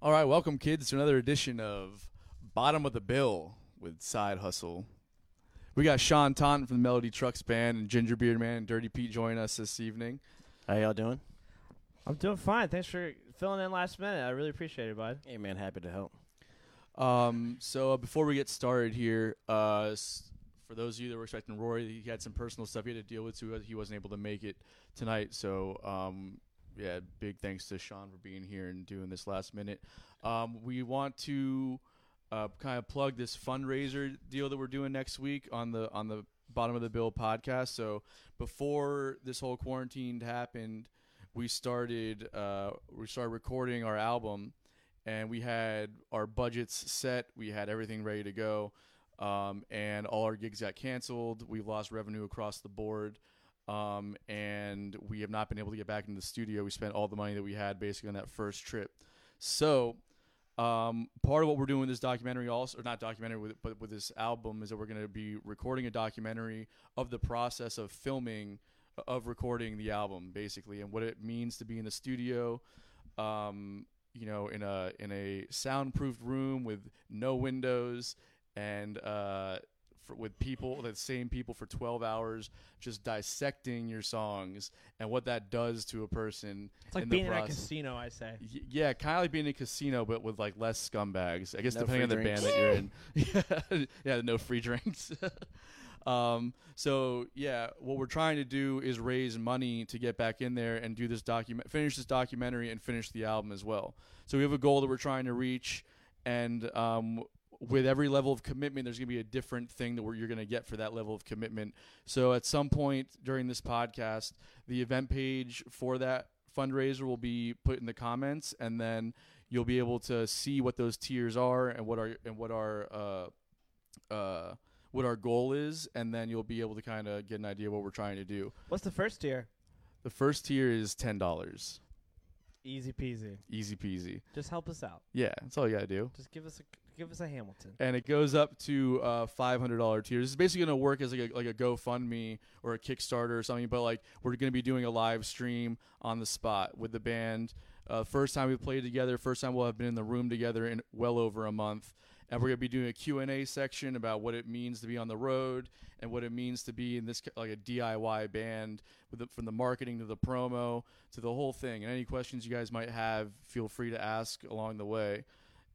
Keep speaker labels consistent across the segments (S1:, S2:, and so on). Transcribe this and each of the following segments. S1: All right, welcome kids to another edition of Bottom of the Bill with Side Hustle. We got Sean Taunton from the Melody Trucks Band and Ginger Beard Man and Dirty Pete joining us this evening.
S2: How y'all doing?
S3: I'm doing fine. Thanks for filling in last minute. I really appreciate it, bud.
S2: Hey man, happy to help.
S1: Um, so uh, before we get started here, uh, s- for those of you that were expecting Rory, he had some personal stuff he had to deal with, so he wa- he wasn't able to make it tonight. So um, yeah, big thanks to Sean for being here and doing this last minute. Um, we want to uh, kind of plug this fundraiser deal that we're doing next week on the on the bottom of the bill podcast. So before this whole quarantine happened, we started uh, we started recording our album and we had our budgets set. We had everything ready to go, um, and all our gigs got canceled. We've lost revenue across the board, um, and we have not been able to get back into the studio. We spent all the money that we had basically on that first trip. So, um, part of what we're doing with this documentary, also or not documentary, with, but with this album, is that we're going to be recording a documentary of the process of filming, of recording the album, basically, and what it means to be in the studio. Um, you know, in a in a soundproofed room with no windows and uh, for, with people the same people for twelve hours, just dissecting your songs and what that does to a person.
S3: It's like
S1: in
S3: being
S1: the
S3: in a
S1: process.
S3: casino, I say.
S1: Y- Yeah, kind of like being in a casino, but with like less scumbags. I guess
S2: No
S1: depending on the
S2: free
S1: band that you're in. yeah, yeah, no free drinks. um, so yeah, what we're trying to do is raise money to get back in there and do this document, finish this documentary, and finish the album as well. So we have a goal that we're trying to reach, and um, with every level of commitment, there's going to be a different thing that we're, you're going to get for that level of commitment. So at some point during this podcast, the event page for that fundraiser will be put in the comments, and then you'll be able to see what those tiers are and what our and what our uh, uh, what our goal is, and then you'll be able to kind of get an idea what we're trying to do.
S3: What's the first tier?
S1: The first tier is ten dollars,
S3: Easy peasy.
S1: easy peasy.
S3: Just help us out.
S1: Yeah, that's all you gotta do.
S3: Just give us a give us a Hamilton.
S1: and it goes up to uh, five hundred dollar tiers. It's basically going to work as like a, like a GoFundMe or a Kickstarter or something. But like we're going to be doing a live stream on the spot with the band. Uh, first time we played together. First time we'll have been in the room together in well over a month. And we're going to be doing a Q and A section about what it means to be on the road and what it means to be in this ki- like a DIY band with the, from the marketing to the promo to the whole thing. And any questions you guys might have, feel free to ask along the way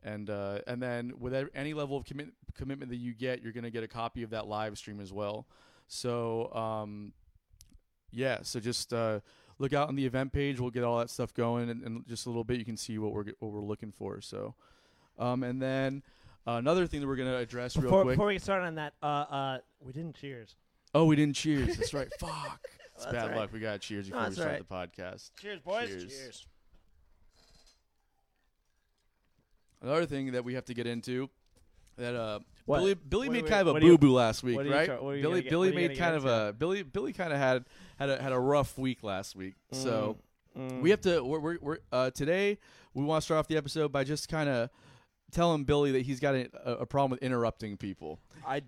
S1: and uh, and then with e- any level of commit- commitment that you get, you're gonna get a copy of that live stream as well. So um, yeah, so just uh, look out on the event page. We'll get all that stuff going, and, and just a little bit, you can see what we're what we're looking for. So, um, and then uh, another thing that we're gonna address real
S3: Before,
S1: quick.
S3: before we get started on that, uh, uh, we didn't cheers.
S1: oh, we didn't cheers. That's right. Fuck. It's
S3: That's
S1: bad
S3: all right.
S1: luck. We got cheers before we
S3: that's all
S1: start the podcast.
S3: Cheers,
S1: Cheers. Cheers. Another thing that we have to get into that uh
S3: What?
S1: Billy Billy
S3: Wait,
S1: made
S3: wait,
S1: kind of a
S3: what do you-
S1: boo boo last week,
S3: what do you
S1: right?
S3: tra- what are you
S1: Billy
S3: gonna get-
S1: Billy
S3: what are you
S1: made kind
S3: gonna
S1: of
S3: get
S1: a Billy Billy kind of had had a had a rough week last week. So
S3: Mm-hmm,
S1: we have to we're, we're, we're uh today we want to start off the episode by just kind of telling Billy that he's got a, a a problem with interrupting people
S2: I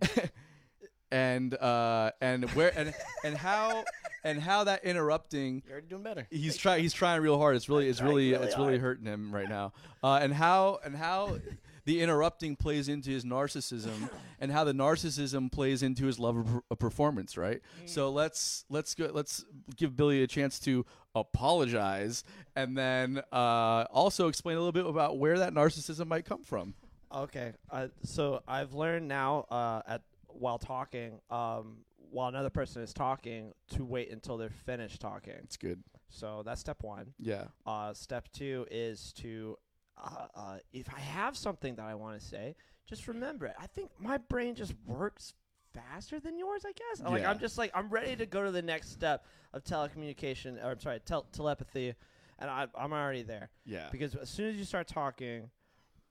S1: and uh and where and and how and how that interrupting
S2: you're already doing better.
S1: he's trying he's trying real hard it's really it's really,
S2: really
S1: it's really hurting him right now uh, and how and how the interrupting plays into his narcissism and how the narcissism plays into his love of, per- of performance right
S3: Mm.
S1: so let's let's go let's give billy a chance to apologize and then uh, also explain a little bit about where that narcissism might come from
S3: Okay. Uh, so I've learned now uh, at while talking, um, while another person is talking, to wait until they're finished talking.
S1: it's good
S3: So that's step one.
S1: yeah
S3: Uh, step two is to, uh, uh, if I have something that I want to say, just remember it. I think my brain just works faster than yours. I guess. Like
S1: Yeah.
S3: I'm just like I'm ready to go to the next step of telecommunication, or I'm sorry, tel- telepathy, and I, I'm already there
S1: yeah
S3: because as soon as you start talking,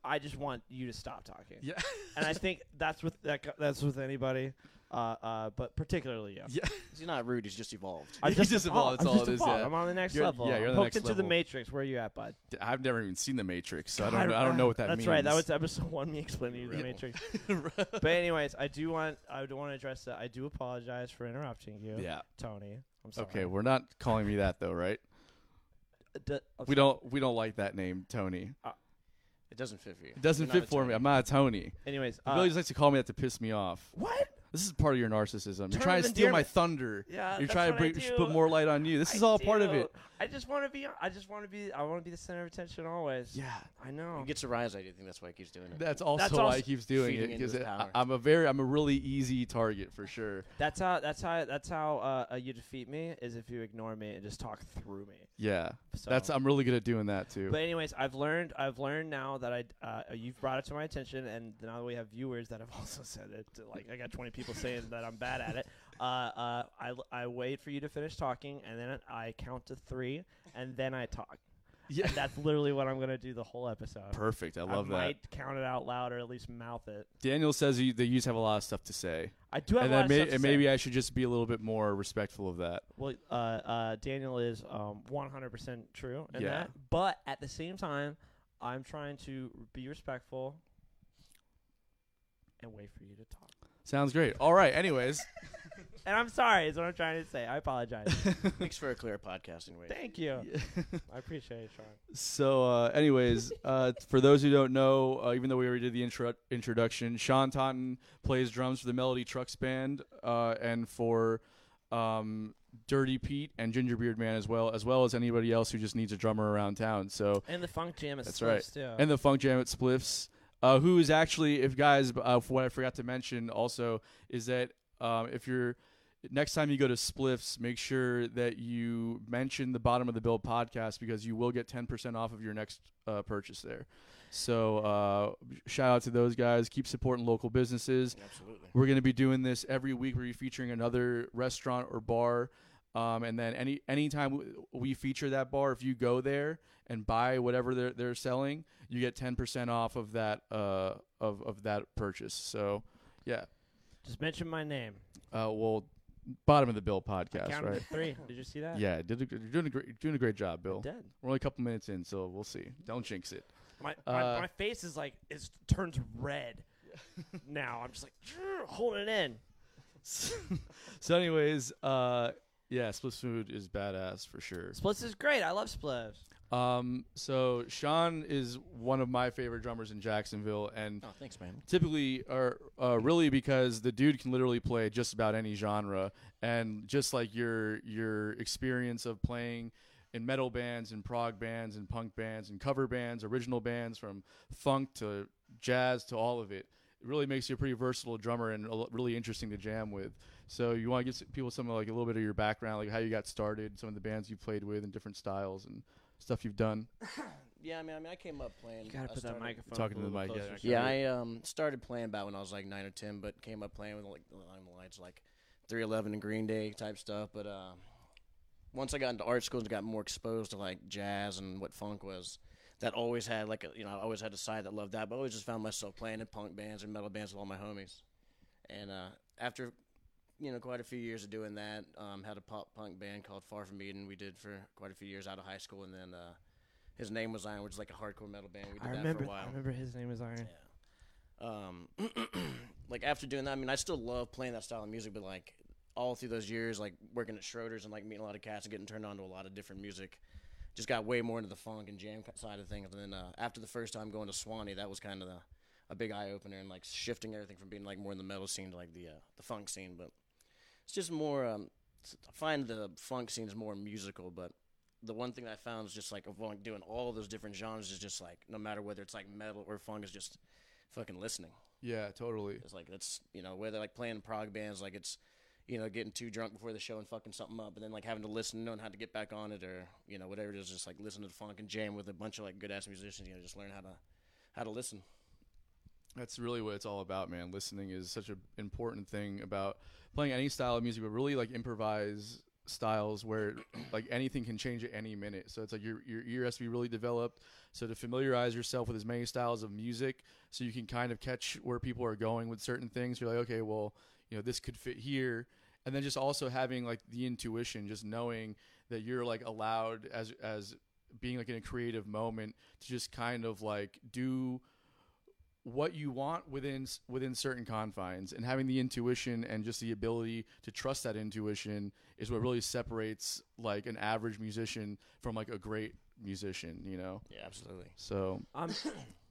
S3: I just want you to stop talking.
S1: yeah
S3: And I think that's with that, go- that's with anybody, uh, uh, but particularly you.
S1: yeah
S2: He's not rude. He's just evolved.
S3: I'm
S1: You just evolved,
S3: I'm
S1: that's all
S3: just
S1: it is,
S3: evolved.
S1: yeah.
S3: I'm on the next
S1: You're-
S3: level.
S1: yeah, you're on the
S3: Poked
S1: next
S3: into the
S1: level.
S3: matrix. Where you at, bud?
S1: i've never even seen the matrix so i don't
S3: God,
S1: know, i don't know what that
S3: that's
S1: means
S3: right. That was episode one. Me explaining to you the
S1: Right.
S3: Matrix. but anyways, I do want I do want to address that. I do apologize for interrupting you,
S1: yeah
S3: Tony. I'm sorry. Uh,
S1: okay we're not calling me that though right
S3: D- I'm
S1: We
S3: sorry.
S1: don't we don't like that name, Tony.
S2: It doesn't fit for you.
S1: It doesn't
S2: You're not
S1: fit
S2: a
S1: for me.
S2: Tony.
S1: I'm not a Tony.
S3: Anyways,
S1: He
S3: uh,
S1: always likes to call me that to piss me off.
S3: what?
S1: This is part of your narcissism. You're
S3: Term
S1: trying
S3: of
S1: to steal my
S3: endearment.
S1: thunder.
S3: Yeah,
S1: You're
S3: that's
S1: trying to
S3: what I
S1: bring, sh-
S3: do.
S1: put more light on you. This
S3: I
S1: is all part of
S3: do.
S1: it.
S3: I just want to be. I just want to be. I want to be the center of attention always.
S1: Yeah,
S3: I know.
S2: He gets a rise. I think that's why he keeps doing it.
S1: that's also
S3: That's
S1: why
S3: also
S1: he keeps doing
S2: feeding
S1: it
S2: into
S1: because
S2: his power.
S1: I'm a very, I'm a really easy target for sure.
S3: That's how. That's how. That's how uh, uh, you defeat me is if you ignore me and just talk through me.
S1: Yeah,
S3: So.
S1: that's I'm really good at doing that too.
S3: But anyways, I've learned. I've learned now that I. Uh, you've brought it to my attention, and now that we have viewers that have also said it. to, Like I got 20 people saying that I'm bad at it. Uh, uh, I l- I wait for you to finish talking, and then I count to three, and then I talk.
S1: yeah,
S3: And that's literally what I'm gonna do the whole episode.
S1: perfect. I love that.
S3: I might count it out loud or at least mouth it.
S1: Daniel says you, that you just have a lot of stuff to say,
S3: I do have
S1: and
S3: a lot
S1: that
S3: of
S1: may,
S3: stuff to
S1: and
S3: say.
S1: maybe I should just be a little bit more respectful of that.
S3: Well, uh, uh, Daniel is um, 100% true in
S1: Yeah.
S3: that. But at the same time, I'm trying to be respectful and wait for you to talk.
S1: Sounds great. All right. Anyways,
S3: And I'm sorry, is what I'm trying to say. I apologize.
S2: Makes for a clear podcasting way.
S3: Thank you. I appreciate it, Sean.
S1: So, uh, anyways, uh, for those who don't know, uh, even though we already did the intro- introduction, Sean Totten plays drums for the Melody Trucks Band uh, and for um, Dirty Pete and Gingerbeard Man as well, as well as anybody else who just needs a drummer around town. So,
S3: And the funk jam is
S1: That's right.
S3: Slips, too.
S1: and the Funk Jam at Spliffs, uh, who is actually, if guys, uh, for what I forgot to mention also is that um, if you're next time you go to Spliffs, make sure that you mention the Bottom of the Bill podcast because you will get ten percent off of your next uh, purchase there. So uh, shout out to those guys. Keep supporting local businesses.
S2: Absolutely.
S1: We're going to be doing this every week. We're featuring another restaurant or bar. Um, and then any anytime w- we feature that bar, if you go there and buy whatever they're, they're selling, you get ten percent off of that uh, of of that purchase. So, yeah,
S3: Just mention my name.
S1: uh, well, bottom of the bill
S3: I
S1: podcast,
S3: counted
S1: right?
S3: to three. Did you see that?
S1: Yeah, did a, good- you're doing a great you're doing a great job,
S3: I
S1: Bill.
S3: did.
S1: We're only a couple minutes in, so we'll see. Don't jinx it.
S3: My, my,
S1: Uh,
S3: my face is like, it's turned red now. I'm just like, hold it in.
S1: so, anyways, uh, yeah, Split Food is badass for sure.
S3: Splits is great. I love splits.
S1: Um, so Sean is one of my favorite drummers in Jacksonville, and
S2: Oh, thanks, man.
S1: typically, or uh, really, because the dude can literally play just about any genre, and just like your your experience of playing in metal bands and prog bands and punk bands and cover bands, original bands from funk to jazz to all of it, it really makes you a pretty versatile drummer and a lo- really interesting to jam with. So you want to give s- people some like a little bit of your background, like how you got started, some of the bands you played with, and different styles and stuff you've done.
S2: Yeah, I mean, I mean, I came up playing.
S3: You gotta
S2: I
S3: put that
S2: started-
S3: microphone
S1: Talking
S3: up a
S1: to the
S3: little
S1: mic, yeah,
S3: closer.
S1: okay.
S2: Yeah, I um started playing about when I was like nine or ten, but came up playing with like the lights like three eleven and Green Day type stuff. But uh, once I got into art school and got more exposed to like jazz and what funk was, that always had like a, you know I always had a side that loved that, but I always just found myself playing in punk bands and metal bands with all my homies. And uh, after you know quite a few years of doing that, um, had a pop punk band called Far From Eden we did for quite a few years out of high school, and then uh, his name was Iron, which is like a hardcore metal band. We did
S3: I
S2: that
S3: remember.
S2: for a while.
S3: I remember his name was Iron.
S2: Yeah. Um, like after doing that, I mean, I still love playing that style of music, but like all through those years, like working at Schroeder's and like meeting a lot of cats and getting turned on to a lot of different music, just got way more into the funk and jam ki- side of things. And then uh, after the first time going to Swanee, that was kind of the a big eye opener and like shifting everything from being like more in the metal scene to like the uh, the funk scene. But it's just more. Um, s- I find the funk scene is more musical, but the one thing that I found is just like of like doing all those different genres is just like no matter whether it's like metal or funk is just fucking listening.
S1: Yeah, totally.
S2: It's like that's you know whether like playing prog bands like it's you know getting too drunk before the show and fucking something up and then like having to listen and knowing how to get back on it or you know whatever it is just like listen to the funk and jam with a bunch of like good ass musicians you know just learn how to how to listen.
S1: That's really what it's all about, man. Listening is such an important thing about playing any style of music, but really like improvise styles where like anything can change at any minute. So it's like your your ear has to be really developed. So to familiarize yourself with as many styles of music, so you can kind of catch where people are going with certain things. You're like, okay, well, you know, this could fit here, and then just also having like the intuition, just knowing that you're like allowed as as being like in a creative moment to just kind of like do what you want within within certain confines and having the intuition and just the ability to trust that intuition is what really separates like an average musician from like a great musician you know
S2: Yeah, absolutely.
S1: so
S3: Um,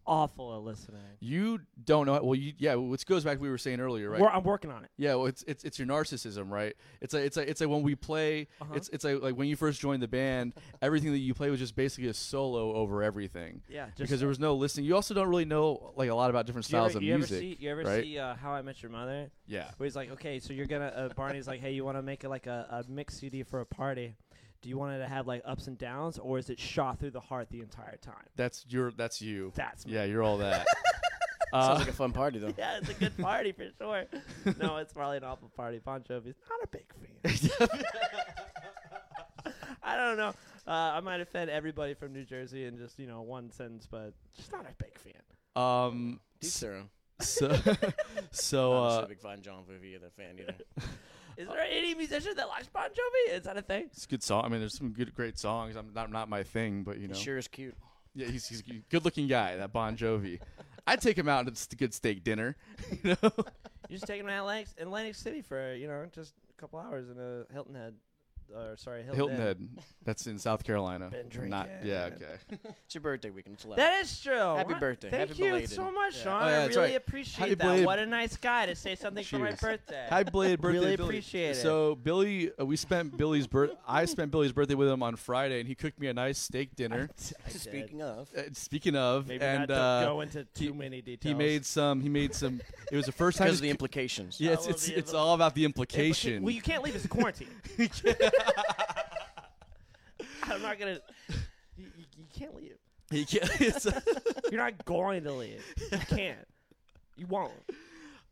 S3: awful at listening.
S1: You don't know. Well, you yeah. Which goes back to what we were saying earlier, right?
S3: We're, I'm working on it.
S1: yeah. Well, it's it's it's your narcissism, right? It's like it's like it's like when we play.
S3: Uh-huh.
S1: It's it's like, like when you first joined the band, everything that you play was just basically a solo over everything.
S3: Yeah, just
S1: because there was no listening. You also don't really know like a lot about different
S3: Do you
S1: styles
S3: ever,
S1: of
S3: you
S1: music.
S3: Ever see, you ever
S1: right?
S3: see uh, How I Met Your Mother?
S1: yeah.
S3: Where he's like, okay, so you're gonna uh, Barney's like, hey, you want to make it like a, a mix CD for a party? Do you want it to have like ups and downs, or is it shot through the heart the entire time?
S1: That's your that's you.
S3: That's me.
S1: Yeah, you're all that.
S2: Sounds
S1: uh,
S2: like a fun party though.
S3: Yeah, it's a good party for sure. No, it's probably an awful party. Bon Jovi's not a big fan. I don't know. Uh, I might offend everybody from New Jersey in just you know one sentence, but just not a big fan.
S1: um
S2: Dude, Sarah.
S1: so so
S2: Not
S1: uh
S2: a big fan John Bouvie either fan either.
S3: Is there any musician that likes Bon Jovi? Is that a thing?
S1: it's a good song. I mean, there's some good, great songs. I'm not not my thing, but you know,
S2: He sure is cute.
S1: yeah, he's he's a good looking guy. That Bon Jovi, I'd take him out to a good steak dinner. You know,
S3: You just take him to Atlantic, Atlantic City for you know just a couple hours in a Hilton Head, or sorry, Hilton,
S1: Hilton
S3: Head.
S1: Head. That's in South Carolina.
S3: Been drinking.
S1: Not yeah, okay.
S2: It's your birthday weekend. It's allowed.
S3: That is true.
S2: Happy
S3: What-
S2: birthday.
S3: Thank
S2: Happy
S3: you
S2: belated.
S3: so much,
S2: Yeah.
S3: Sean.
S1: Oh, yeah,
S3: I
S1: that's
S3: really
S1: right.
S3: appreciate
S1: Happy
S3: that.
S1: belated-
S3: What a nice guy to say something for my
S1: Cheers.
S3: birthday.
S1: Happy belated birthday,
S3: Really
S1: Billy.
S3: appreciate it.
S1: So Billy, uh, we spent Billy's birth. I spent Billy's birthday with him on Friday, and he cooked me a nice steak dinner.
S3: I did.
S2: Speaking of,
S1: Uh, speaking of,
S3: Maybe
S1: and
S3: not
S1: uh,
S3: to go into too
S1: he-
S3: many details.
S1: he made some. He made some. It was the first time. his
S2: because of the
S1: ki-
S2: implications.
S1: yeah, it's
S3: I love
S1: it's,
S3: the
S1: it's
S3: impl-
S1: all about the
S3: Hey, but-
S1: implication.
S3: Well, you can't leave. It's a quarantine. I'm not gonna. You, you, you can't leave.
S1: He can't- it's,
S3: You're not going to leave. You can't. You won't.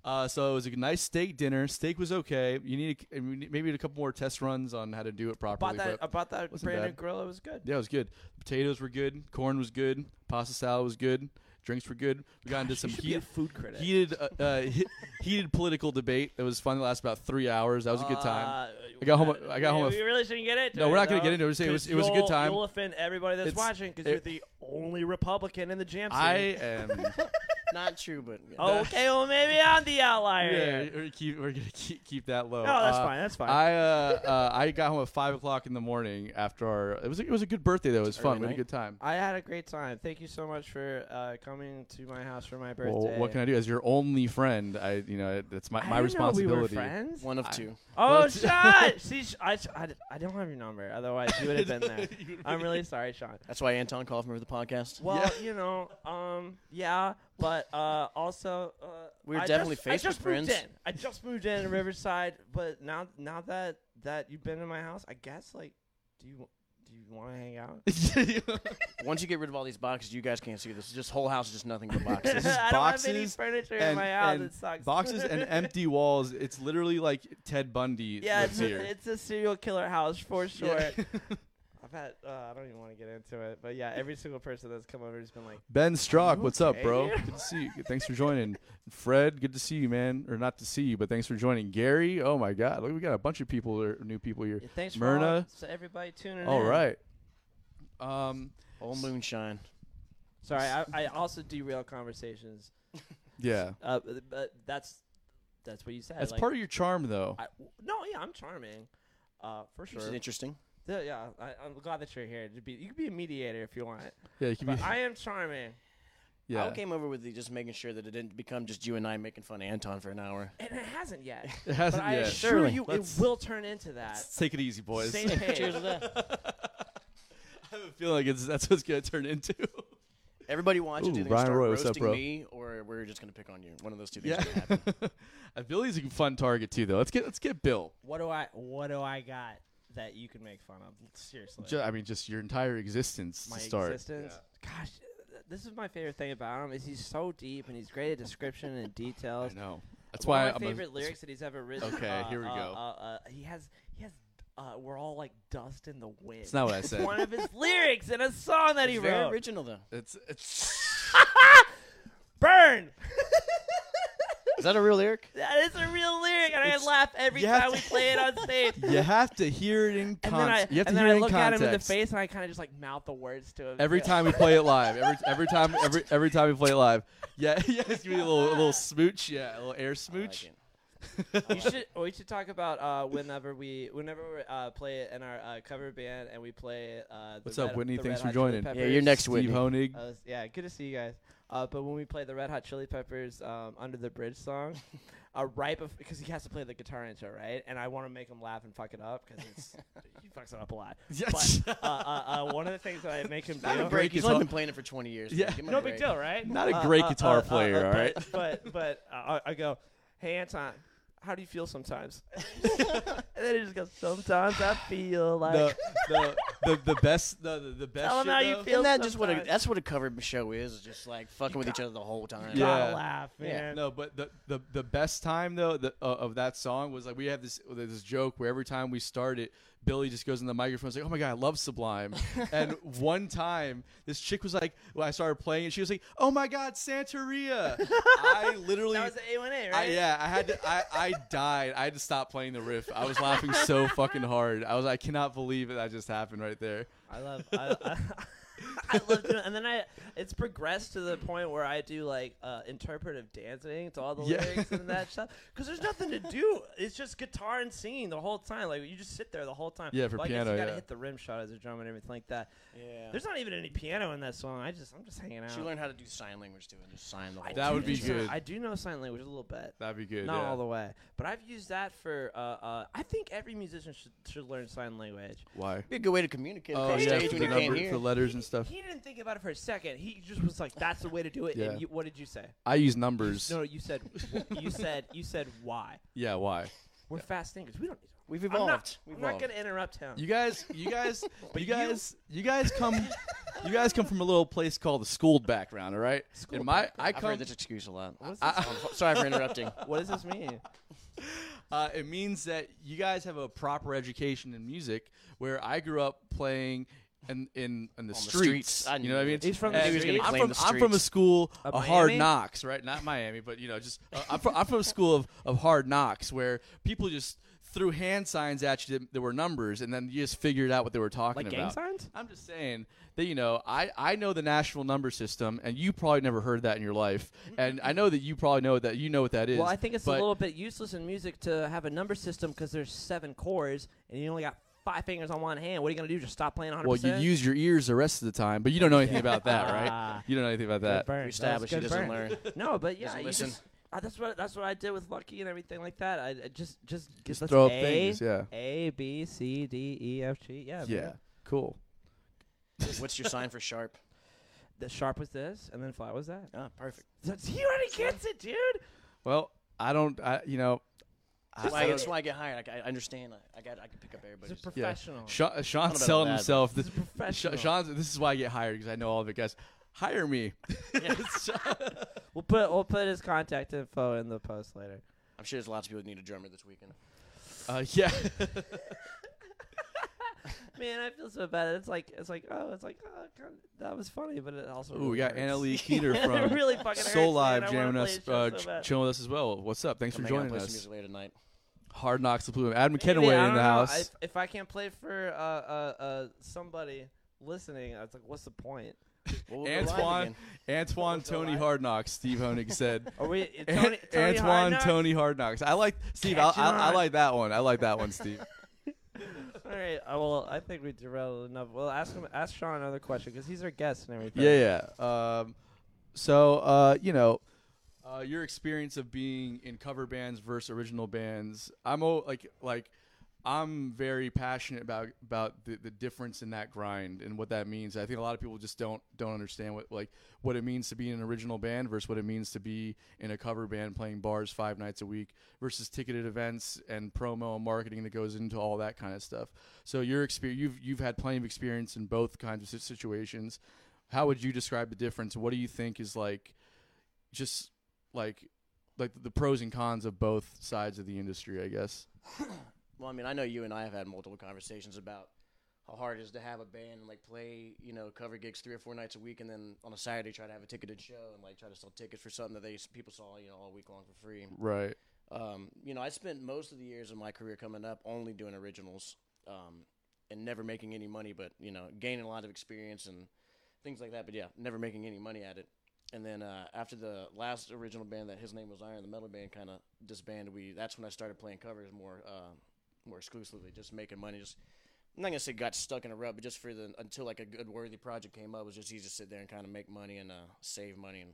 S1: uh, so it was a nice steak dinner. Steak was okay. You need a, and we need- maybe a couple more test runs on how to do it
S3: About
S1: properly.
S3: that.
S1: but
S3: About that
S1: wasn't
S3: brand new
S1: bad.
S3: grill. It was good.
S1: yeah, it was good. Potatoes were good. Corn was good. Pasta salad was good. Drinks were good. We got into some
S3: you should be a
S1: heat.
S3: food critic.
S1: heated uh, uh, he- heated political debate that was fun. That lasted about three hours. That was a good
S3: Uh,
S1: time. I got home- I got home
S3: We,
S1: a-
S3: we really shouldn't get into it.
S1: No, we're not gonna
S3: though,
S1: get into it. It was- it was-
S3: 'cause
S1: it was a good
S3: you'll-
S1: time.
S3: You'll offend everybody that's
S1: It's-
S3: watching because
S1: it-
S3: you're the only Republican in the jam.
S1: I
S3: scene.
S1: am.
S2: Not true, but
S3: okay. Well, maybe I'm the outlier.
S1: yeah,
S3: here.
S1: we're, keep, we're gonna keep, keep that low.
S3: No, that's
S1: Uh,
S3: fine. That's fine.
S1: I uh, uh, I got home at five o'clock in the morning after our. It was a, it was a good birthday though. It was fun.
S2: Early
S1: We had a
S2: night.
S1: good time.
S3: I had a great time. Thank you so much for uh, coming to my house for my birthday.
S1: Well, what can I do as your only friend? I you know that's my,
S3: I
S1: my
S3: didn't
S1: responsibility.
S3: Know we were friends.
S2: one of
S1: I-
S2: two.
S3: Oh,
S1: What?
S3: Sean! See, sh- I, sh- I, d- I don't have your number. Otherwise, you would have been there. I'm really sorry, Sean.
S2: That's why Anton Kaufman of the podcast.
S3: Well,
S1: Yeah.
S3: you know, um, yeah, but uh, also, uh,
S2: We were
S3: I
S2: definitely
S3: just, I
S2: Facebook
S3: just moved
S2: friends.
S3: in. I just moved in to Riverside, but now, now that that you've been in my house, I guess like, do you do you want to hang out?
S2: Once you get rid of all these boxes, you guys can't see this. This whole house is just nothing but
S3: I
S2: boxes.
S3: don't have any
S1: boxes
S3: furniture in
S1: and-
S3: my house.
S1: and
S3: It sucks.
S1: Boxes and empty walls. It's literally like Ted Bundy
S3: yeah,
S1: lives
S3: it's
S1: here.
S3: a, it's a serial killer house for sure.
S1: Yeah.
S3: I've had uh, I don't even want to get into it, but yeah, every single person that's come over has been like,
S1: Ben Strock, what's up,
S3: okay?
S1: bro? Good to see you. Thanks for joining. Fred, good to see you, man. Or not to see you, but thanks for joining. Gary, oh my God, look, we got a bunch of people, or new people here.
S3: yeah, thanks for all,
S1: Myrna.
S3: to everybody tuning in.
S1: All right. Um.
S2: Whole moonshine.
S3: Sorry, I, I also derail conversations.
S1: Yeah.
S3: Uh, but- but that's that's what you said.
S1: That's
S3: like,
S1: part of your charm, though.
S3: I, no, yeah, I'm charming, uh, for sure.
S2: This is interesting.
S3: Yeah, yeah, I, I'm glad that you're here. To be, you can be a mediator if you want,
S1: Yeah. You can
S3: but
S1: be,
S3: I am charming.
S1: yeah.
S2: I came over with the just making sure that it didn't become just you and I making fun of Anton for an hour.
S3: And it hasn't yet.
S1: It
S3: but
S1: hasn't
S3: I
S1: yet.
S3: assure
S2: Surely.
S3: you,
S1: Let's-
S3: it will turn into that.
S1: Let's take it easy, boys.
S3: Same page.
S2: Cheers to that.
S1: I have a feeling like it's, that's what's gonna turn into.
S2: Everybody watching,
S1: Ooh,
S2: do they
S1: Ryan
S2: start
S1: Roy, what's up,
S2: roasting
S1: bro?
S2: me, or we're just gonna pick on you? One of those two things.
S1: yeah.
S2: Gonna happen.
S1: Billy's a fun target too, though. Let's get let's get Bill.
S3: What do I What do I got that you can make fun of? Seriously,
S1: Ju- I mean, just your entire existence
S3: my
S1: to start.
S3: existence. Gosh, th- this is my favorite thing about him is he's so deep and he's great at description and
S1: I
S3: details.
S1: know. That's
S3: One
S1: why
S3: of my
S1: I'm a-
S3: favorite lyrics that he's ever written.
S1: Okay,
S3: uh,
S1: here we
S3: uh,
S1: go.
S3: Uh, uh, he has he has. Uh, we're all like dust in the wind.
S1: It's not what I said.
S3: One of his lyrics in a song that he
S2: It's very
S3: wrote.
S2: original though.
S1: It's it's.
S3: Burn.
S2: Is that a real lyric?
S3: that is a real lyric, and I
S1: It's-
S3: laugh every
S1: you have
S3: time
S1: to-
S3: we play it on stage.
S1: you have to hear it in
S3: And then I
S1: context. You have to
S3: and then
S1: hear
S3: I
S1: it in
S3: look
S1: context.
S3: at him in the face and I kind of just like mouth the words to him.
S1: Every
S3: too.
S1: time we play it live, every every time every every time we play it live, yeah, yeah, it's gonna be a little a little smooch, yeah, a little air
S2: I like
S1: smooch.
S2: it.
S3: you should we should talk about uh, whenever we whenever we uh, play it in our uh, cover band and we play uh, the
S1: What's up,
S3: Red-
S1: Whitney?
S3: the
S1: Thanks
S3: Red
S1: for
S3: Hot Chili
S1: joining.
S2: Yeah, you're
S3: Peppers.
S2: next
S1: Steve
S2: Whitney.
S1: Honig.
S3: I was- yeah, good to see you guys. Uh, but when we play the Red Hot Chili Peppers um, "Under the Bridge" song, uh, right before because he has to play the guitar intro, right? And I want to make him laugh and fuck it up because it's he fucks it up a lot.
S1: Yes.
S3: But, uh, uh, uh, one of the things that I make him
S2: Give
S1: a
S2: him
S3: do.
S2: a break.
S1: break
S2: He's
S1: is
S2: only
S1: all-
S2: been playing it for 20 years.
S1: Yeah.
S2: man. Give him a
S3: No big
S2: break.
S3: deal, right? Uh,
S1: Not a great guitar player, all right?
S3: but, But but uh, I I go, hey Anton, how do you feel sometimes? and then he just goes, sometimes I feel like.
S1: the, the, the the best the the, the best.
S3: Tell 'em
S1: shit,
S3: how you
S1: though-
S3: feel
S2: Isn't that just what a,
S3: sometimes.
S2: that's what a cover show is? is Just like fucking with each other the whole time.
S1: Yeah.
S3: Gotta laugh,
S2: Yeah.
S3: man.
S1: No, but the, the, the best time though the, uh, of that song was like we have this this joke where every time we start it, Billy just goes in the microphone and is like, "Oh my god, I love Sublime." and one time, this chick was like, when I started playing it, she was like, "Oh my god, Santeria!" I literally,
S3: That was the A1A, right?
S1: I, yeah, I had to, I I died. I had to stop playing the riff. I was laughing so fucking hard. I was like, I cannot believe that that just happened right there.
S3: I love. I, I, I love doing, and then I. It's progressed to the point where I do like uh, interpretive dancing to all the
S1: Yeah.
S3: lyrics and that stuff because there's nothing to do. It's just guitar and singing the whole time. Like you just sit there the whole time.
S1: Yeah, for
S3: Well, I guess
S1: piano,
S3: you gotta
S1: yeah.
S3: hit the rim shot as a drummer and everything like that.
S2: Yeah.
S3: There's not even any piano in that song. I just I'm just hanging out.
S2: She learned how to do sign language too, and just sign the whole.
S1: That
S3: do
S1: would be
S3: know-
S2: thing.
S1: good.
S3: I do know sign language a little bit.
S1: That'd be good.
S3: Not
S1: yeah.
S3: all the way, but I've used that for. Uh, uh, I think every musician should, should learn sign language.
S1: Why?
S2: Be a good way to communicate
S1: Oh
S2: across
S1: yeah,
S2: stage
S1: for
S2: when
S1: the,
S2: you can't
S1: number,
S2: hear.
S1: for letters and stuff.
S3: He didn't think about it for a second. He just was like, "That's the way to do it."
S1: Yeah.
S3: And you, what did you say?
S1: I use numbers.
S3: No, you said you said you said why?
S1: Yeah, why?
S3: We're fast thinkers. We don't need.
S2: We've
S3: I'm
S2: evolved.
S3: not,
S2: We've
S3: I'm not
S2: evolved.
S3: gonna interrupt him.
S1: You guys, you guys,
S3: But
S1: you
S3: you-
S1: guys, you guys come, you guys come from a little place called the schooled background, all right?
S3: Schooled
S1: and my,
S3: background.
S1: I
S2: I've
S1: come.
S2: heard this excuse a lot.
S3: What is
S1: I-
S3: this?
S2: I'm sorry for interrupting.
S3: what does this mean?
S1: Uh, it means that you guys have a proper education in music, where I grew up playing in in, in the,
S2: the
S1: streets,
S2: streets. I
S1: You know what I
S2: knew
S1: mean?
S2: it. He's
S3: from
S2: the
S1: And
S2: streets. He was gonna
S1: I'm
S2: claim
S1: from
S2: the
S1: I'm from a
S2: streets.
S1: school
S3: Of
S1: of hard
S3: Miami?
S1: knocks, right? Not Miami, but you know, just uh, I'm from I'm from a school of of hard knocks where people just threw hand signs at you that, that were numbers, and then you just figured out what they were talking
S3: Like
S1: about.
S3: gang signs?
S1: I'm just saying that you know I, I know the national number system, and you probably never heard that in your life, and I know that you probably know that you know what that is.
S3: Well, I think it's a
S1: but-
S3: little bit useless in music to have a number system because there's seven chords and you only got five fingers on one hand. What are you gonna do? Just stop playing 100.
S1: Well, you use your ears the rest of the time, but you don't know anything about that,
S3: Ah.
S1: right? You don't know anything about that.
S2: We established he doesn't learn.
S3: No, but yeah,
S2: Doesn't
S3: you
S2: listen.
S3: just- uh, that's what that's what I did with Lucky and everything like that. I, I just just, just
S1: throw up
S3: A,
S1: things, yeah.
S3: A B C D E F G. Yeah,
S1: Yeah,
S3: man.
S1: cool.
S2: What's your sign for sharp?
S3: The sharp was this, and then flat was that.
S2: Ah, perfect.
S3: That's, he already gets it, dude.
S1: Well, I don't. I, you know,
S2: That's
S1: I,
S2: why, that's why I get hired. I, ca- I understand. I, I got. I can pick up
S3: He's a
S2: everybody's.
S1: yeah.
S3: professional.
S1: Sean,
S2: Oh, know
S1: Sean's
S2: about
S1: selling
S2: that, but
S1: himself.
S3: He's
S1: This,
S3: a professional.
S1: Sean- Sean's. This is why I get hired because I know all of it, guys. Hire me.
S3: We'll put we'll put his contact info in the post later.
S2: I'm sure there's lots of people that need a drummer this weekend.
S1: Uh, yeah.
S3: Man, I feel so bad. It's like it's like oh, it's like oh, God, that was funny, but it also.
S1: Ooh, we got
S3: really hurts.
S1: Annalie Keeter
S3: it
S1: from
S3: really fucking
S1: Soul
S3: hurts, man.
S1: Live
S3: I wanna
S1: jamming
S3: play
S1: us,
S3: his show
S1: uh,
S3: so
S1: ch-
S3: bad.
S1: chilling with us as well. What's up? Thanks
S2: I'm
S1: for
S2: gonna
S1: joining
S2: Oh play some
S1: us.
S2: music later tonight.
S1: Hard Knocks the Blue. Adam
S3: Maybe,
S1: McKenaway in
S3: I don't
S1: the
S3: know.
S1: house.
S3: If, if I can't play for uh, uh, uh, somebody listening, I was like, what's the point?
S2: Well, we'll go live
S1: Antoine,
S2: again.
S1: Antoine,
S3: Still
S1: Tony
S3: alive?
S1: Hard Knocks. Steve Honig said.
S3: Are we Tony,
S1: An-
S3: Tony Hard
S1: Antoine,
S3: Knocks?
S1: Tony Hard Knocks. I like Steve. I,
S3: Catching
S1: I, I
S3: on.
S1: like that one. I like that one, Steve.
S3: All right. Uh, well, I think we derailed enough. Well, ask him. Ask Sean another question because he's our guest and everything.
S1: yeah, yeah. Um, so uh, you know, uh, your experience of being in cover bands versus original bands. I'm o- like like I'm very passionate about about the, the difference in that grind and what that means. I think a lot of people just don't don't understand what like what it means to be in an original band versus what it means to be in a cover band playing bars five nights a week versus ticketed events and promo and marketing that goes into all that kind of stuff. So your experience you've you've had plenty of experience in both kinds of si- situations. How would you describe the difference? What do you think is like just like like the pros and cons of both sides of the industry, I guess.
S2: Well, I mean, I know you and I have had multiple conversations about how hard it is to have a band and like play, you know, cover gigs three or four nights a week, and then on a Saturday try to have a ticketed show and like try to sell tickets for something that they people saw, you know, all week long for free.
S1: Right.
S2: Um, you know, I spent most of the years of my career coming up only doing originals um, and never making any money, but you know, gaining a lot of experience and things like that. But yeah, never making any money at it. And then uh, after the last original band that his name was Iron, the metal band kind of disbanded. We that's when I started playing covers more, uh, more exclusively, just making money, just I'm not gonna say got stuck in a rut, but just for the until like a good worthy project came up, it was just easy to sit there and kind of make money and uh, save money and,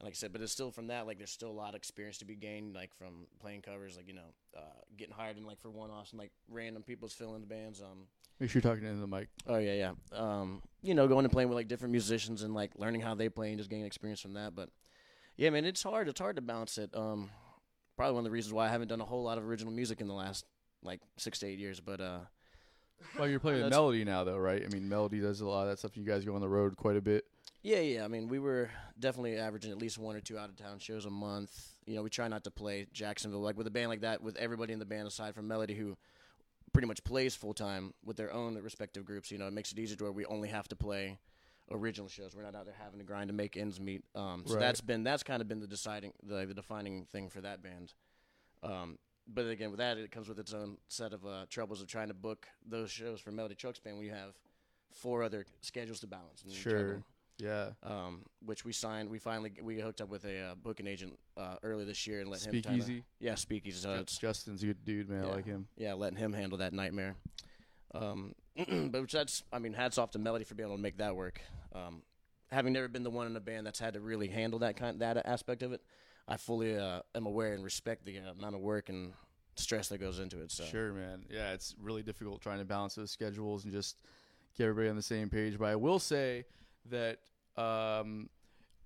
S2: and like I said, but it's still from that like there's still a lot of experience to be gained like from playing covers, like you know, uh, getting hired in like for one offs and like random people's filling the bands. Um,
S1: Make sure you're talking into the mic.
S2: oh yeah, yeah. Um, you know, going and playing with like different musicians and like learning how they play and just gaining experience from that. But yeah, man, it's hard. It's hard to balance it. Um, probably one of the reasons why I haven't done a whole lot of original music in the last like six to eight years, but uh.
S1: Well, you're playing with
S2: That's-
S1: Melody now, though, right? I mean, Melody does a lot of that stuff. You guys go on the road quite a bit.
S2: Yeah, yeah. I mean, we were definitely averaging at least one or two out of town shows a month. You know, we try not to play Jacksonville like with a band like that with everybody in the band aside from Melody who pretty much plays full time with their own respective groups. You know, it makes it easier to where we only have to play original shows. We're not out there having to grind to make ends meet. Um, so
S1: Right.
S2: that's been that's kind of been the deciding the, the defining thing for that band. Um, but again, with that, it comes with its own set of uh, troubles of trying to book those shows for Melody Chuck's band when you have four other schedules to balance. and
S1: Sure.
S2: juggle
S1: Yeah.
S2: um, which we signed. We finally we hooked up with a uh, booking agent uh, early this year and let him. Kinda,
S1: Speakeasy.
S2: yeah, speakeasy. So it's,
S1: Justin's a good dude, man. I
S2: Yeah.
S1: like him.
S2: yeah, letting him handle that nightmare. Um, but which that's I mean, hats off to Melody for being able to make that work. Um, having never been the one in a band that's had to really handle that kind that aspect of it, I fully uh, am aware and respect the uh, amount of work and stress that goes into it. So
S1: Sure, man. Yeah, it's really difficult trying to balance those schedules and just get everybody on the same page. But I will say that um,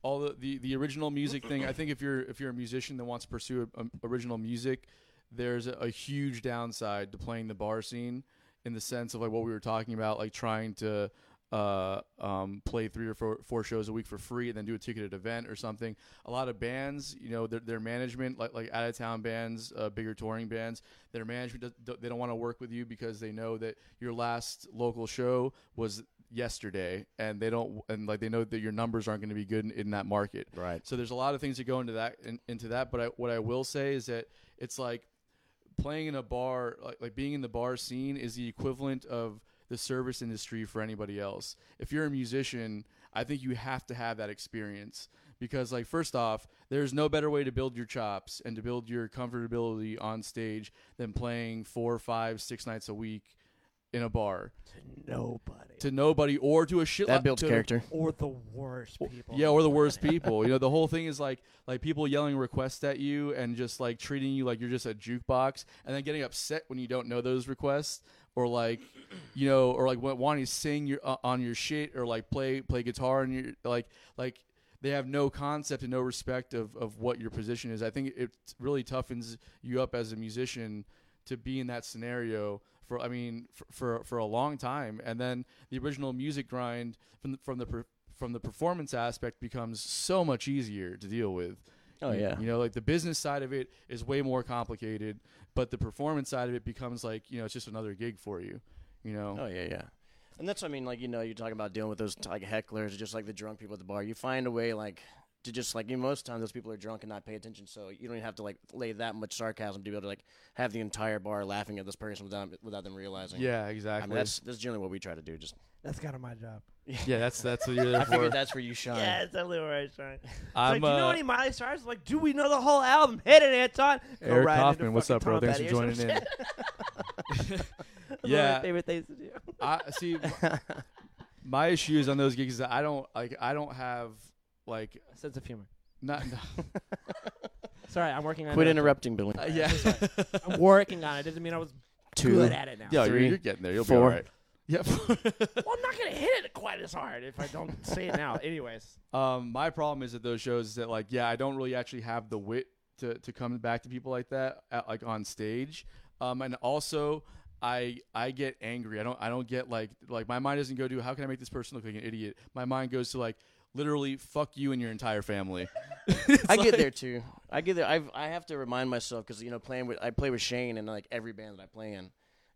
S1: all the, the the original music thing. I think if you're if you're a musician that wants to pursue um, original music, there's a, a huge downside to playing the bar scene in the sense of like what we were talking about, like trying to uh um play three or four, four shows a week for free and then do a ticketed event or something a lot of bands you know their, their management like like out of town bands uh, bigger touring bands their management does, they don't want to work with you because they know that your last local show was yesterday and they don't and like they know that your numbers aren't going to be good in, in that market
S2: Right.
S1: so there's a lot of things that go into that in, into that but I, what i will say is that it's like playing in a bar like, like being in the bar scene is the equivalent of the service industry for anybody else if you're a musician i think you have to have that experience because like first off there's no better way to build your chops and to build your comfortability on stage than playing four five six nights a week in a bar
S3: Nobody.
S1: to nobody or to a shit
S2: That builds
S1: Uh, to-
S2: character.
S3: or the worst people.
S1: yeah, or the worst people. You know, the whole thing is like like people yelling requests at you and just like treating you like you're just a jukebox, and then getting upset when you don't know those requests, or like, you know, or like wa- wanting to sing your uh, on your shit, or like play play guitar and you're like like they have no concept and no respect of of what your position is. I think it really toughens you up as a musician to be in that scenario for I mean for for, for a long time, and then the original music grind from the, from the per, from the performance aspect becomes so much easier to deal with.
S2: Oh,
S1: You-
S2: yeah.
S1: you know, like the business side of it is way more complicated, but the performance side of it becomes like you know it's just another gig for you. You know,
S2: Oh yeah, yeah. And that's what I mean. Like you know, you're talking about dealing with those like hecklers, just like the drunk people at the bar. You find a way like to just like you know, most of the time those people are drunk and not pay attention, so you don't even have to like lay that much sarcasm to be able to like have the entire bar laughing at this person without without them realizing.
S1: yeah,
S2: I
S1: exactly.
S2: mean, that's that's generally what we try to do. Just
S3: That's kind of my job.
S1: yeah, that's that's what you're there
S2: I
S1: for.
S2: figured that's where you shine.
S3: Yeah, it's definitely where I shine. It's
S1: I'm,
S3: like, do you know
S1: uh,
S3: any Miley Cyrus? Like, do we know the whole album? Hit it, Anton. Go
S1: Eric
S3: right into
S1: Kaufman, what's
S3: fucking
S1: up, bro?
S3: Tom
S1: Thanks for
S3: Petty or some
S1: joining in.
S3: shit. That's one of my
S1: yeah,
S3: favorite things to do.
S1: I see. m- My issue is on those gigs is that I don't like. I don't have like
S3: Sense of humor.
S1: not. no-
S3: Sorry, I'm working on
S2: Quit
S3: it.
S2: interrupting, Billy.
S1: uh, yeah,
S3: I'm working on it. Doesn't mean I was
S2: Two.
S3: good at it now.
S1: yeah. You're,
S2: Three,
S1: you're getting there. You'll be all
S2: four.
S1: right. Yep.
S3: Well, I'm not gonna hit it quite as hard if I don't say it now. Anyways,
S1: Um, my problem is at those shows is that like, yeah, I don't really actually have the wit to, to come back to people like that, at, like on stage. Um, and also I, I get angry. I don't, I don't get like, like my mind doesn't go to how can I make this person look like an idiot? My mind goes to like, literally fuck you and your entire family.
S2: I get there too. I get there. I've, I have to remind myself because you know playing with I play with Shane and like every band that I play in,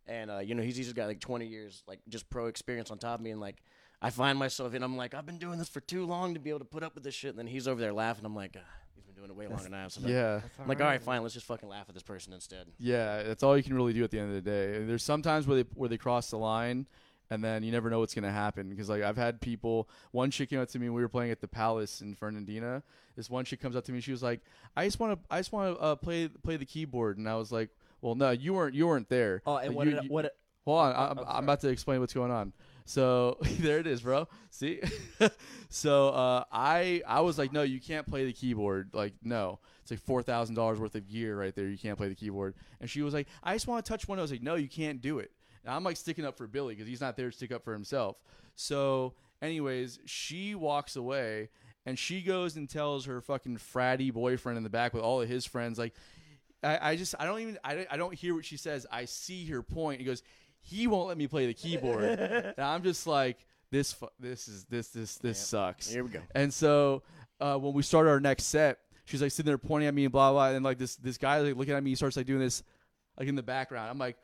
S2: and uh, you know he's he's got like 20 years like just pro experience on top of me and like I find myself and I'm like I've been doing this for too long to be able to put up with this shit and then he's over there laughing I'm like ah, he's been doing it way longer than I have so I'm like-
S1: yeah.
S2: I'm like all right fine let's just fucking laugh at this person instead.
S1: Yeah. That's all you can really do at the end of the day. And there's sometimes where they, where they cross the line and then you never know what's going to happen. Cause like I've had people, one chick came up to me, we were playing at the palace in Fernandina. This one chick comes up to me. She was like, "I just want to, I just want to uh, play play the keyboard." And I was like, "Well, no, you weren't, you weren't there."
S3: Oh, and
S1: Like,
S3: what
S1: you-
S3: did, I-
S1: you-
S3: what
S1: Hold on, I,
S3: I'm
S1: I'm,
S3: sorry.
S1: I'm about to explain what's going on. So there it is, bro. See, so uh, I I was like, no, you can't play the keyboard. Like, no, it's like four thousand dollars worth of gear right there. You can't play the keyboard. And she was like, I just want to touch one. I was like, no, you can't do it. And I'm like sticking up for Billy because he's not there to stick up for himself. So, anyways, she walks away and she goes and tells her fucking fratty boyfriend in the back with all of his friends, like, I, I just I don't even I don't, I don't hear what she says. I see her point. He goes, he won't let me play the keyboard. and I'm just like this fu- this is this this this sucks.
S2: Here we go.
S1: And so uh, when we started our next set, she's like sitting there pointing at me and blah blah. And like this this guy like looking at me, he starts like doing this like in the background. I'm like,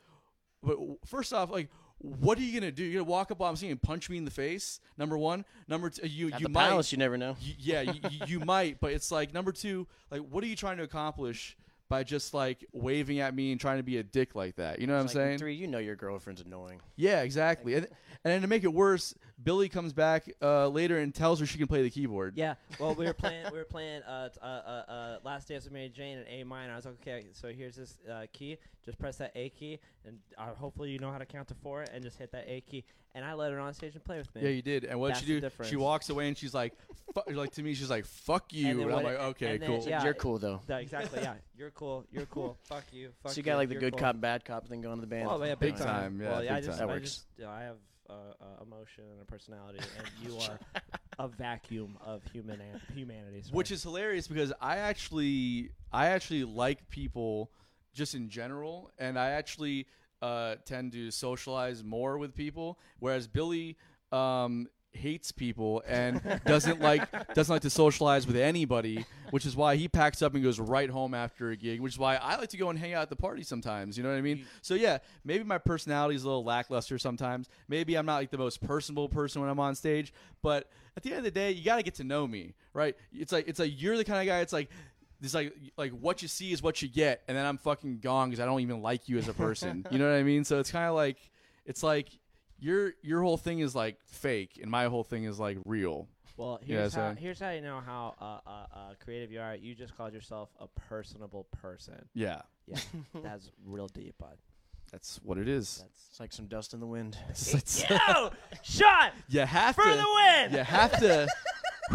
S1: but w- first off, like. What are you gonna do? You're gonna walk up on scene and punch me in the face. Number one, number two, you
S2: At
S1: you
S2: the
S1: might
S2: palace, you never know.
S1: y- yeah, you, you might, but it's like number two, like what are you trying to accomplish by just like waving at me and trying to be a dick like that? You know what
S2: It's
S1: I'm
S2: like,
S1: saying?
S2: Three, you know your girlfriend's annoying.
S1: Yeah, exactly. And, and then to make it worse, Billy comes back uh, later and tells her she can play the keyboard.
S3: Yeah. Well, we were playing. We were playing uh, t- uh, uh, uh, Last Dance with Mary Jane in A minor. I was like, okay, so here's this uh, key. Just press that A key, and uh, hopefully you know how to count to four, and just hit that A key. And I let her on stage and play with me.
S1: Yeah, you did. And what
S3: That's
S1: she
S3: the
S1: do?
S3: difference.
S1: She walks away and she's like, fu- like to me, she's like, "Fuck you."
S3: then
S1: And, I'm
S3: what-
S1: like, "Okay,
S3: and then-
S1: cool."
S3: Yeah.
S2: You're cool though.
S3: Yeah, exactly. Yeah, you're cool. You're cool. fuck you. Fuck
S2: So you
S3: you,
S2: got like the
S3: you're
S2: good
S3: cool.
S2: cop, bad cop thing going in the band.
S3: Oh yeah, big
S1: Big
S3: time.
S1: time, yeah,
S3: well, yeah,
S1: big
S3: I just,
S1: time.
S2: That
S3: I
S2: works.
S3: just- you know, I have uh, uh, emotion and a personality, and you are a vacuum of human an- humanity. Sorry.
S1: which is hilarious because I actually I actually like people just in general, and I actually uh, tend to socialize more with people, whereas Billy um, hates people and doesn't like doesn't like to socialize with anybody, which is why he packs up and goes right home after a gig, which is why I like to go and hang out at the party sometimes. You know what I mean? So yeah, maybe my personality is a little lackluster sometimes. Maybe I'm not like the most personable person when I'm on stage, but at the end of the day, you got to get to know me, right? It's like it's like you're the kind of guy. It's like it's like like what you see is what you get, and then I'm fucking gone because I don't even like you as a person. you know what I mean? So it's kind of like it's like your your whole thing is like fake, and my whole thing is like real.
S3: Well,
S1: Yeah,
S3: here's how
S1: so-
S3: here's how you know how uh, uh, uh, creative you are. You just called yourself a personable person.
S1: Yeah,
S3: Yeah, that's real deep, bud.
S1: that's what it is.
S3: That's
S2: It's like some dust in the wind.
S1: It's- it's-
S3: yo shot
S1: you have
S3: for
S1: to.
S3: the win.
S1: You have to.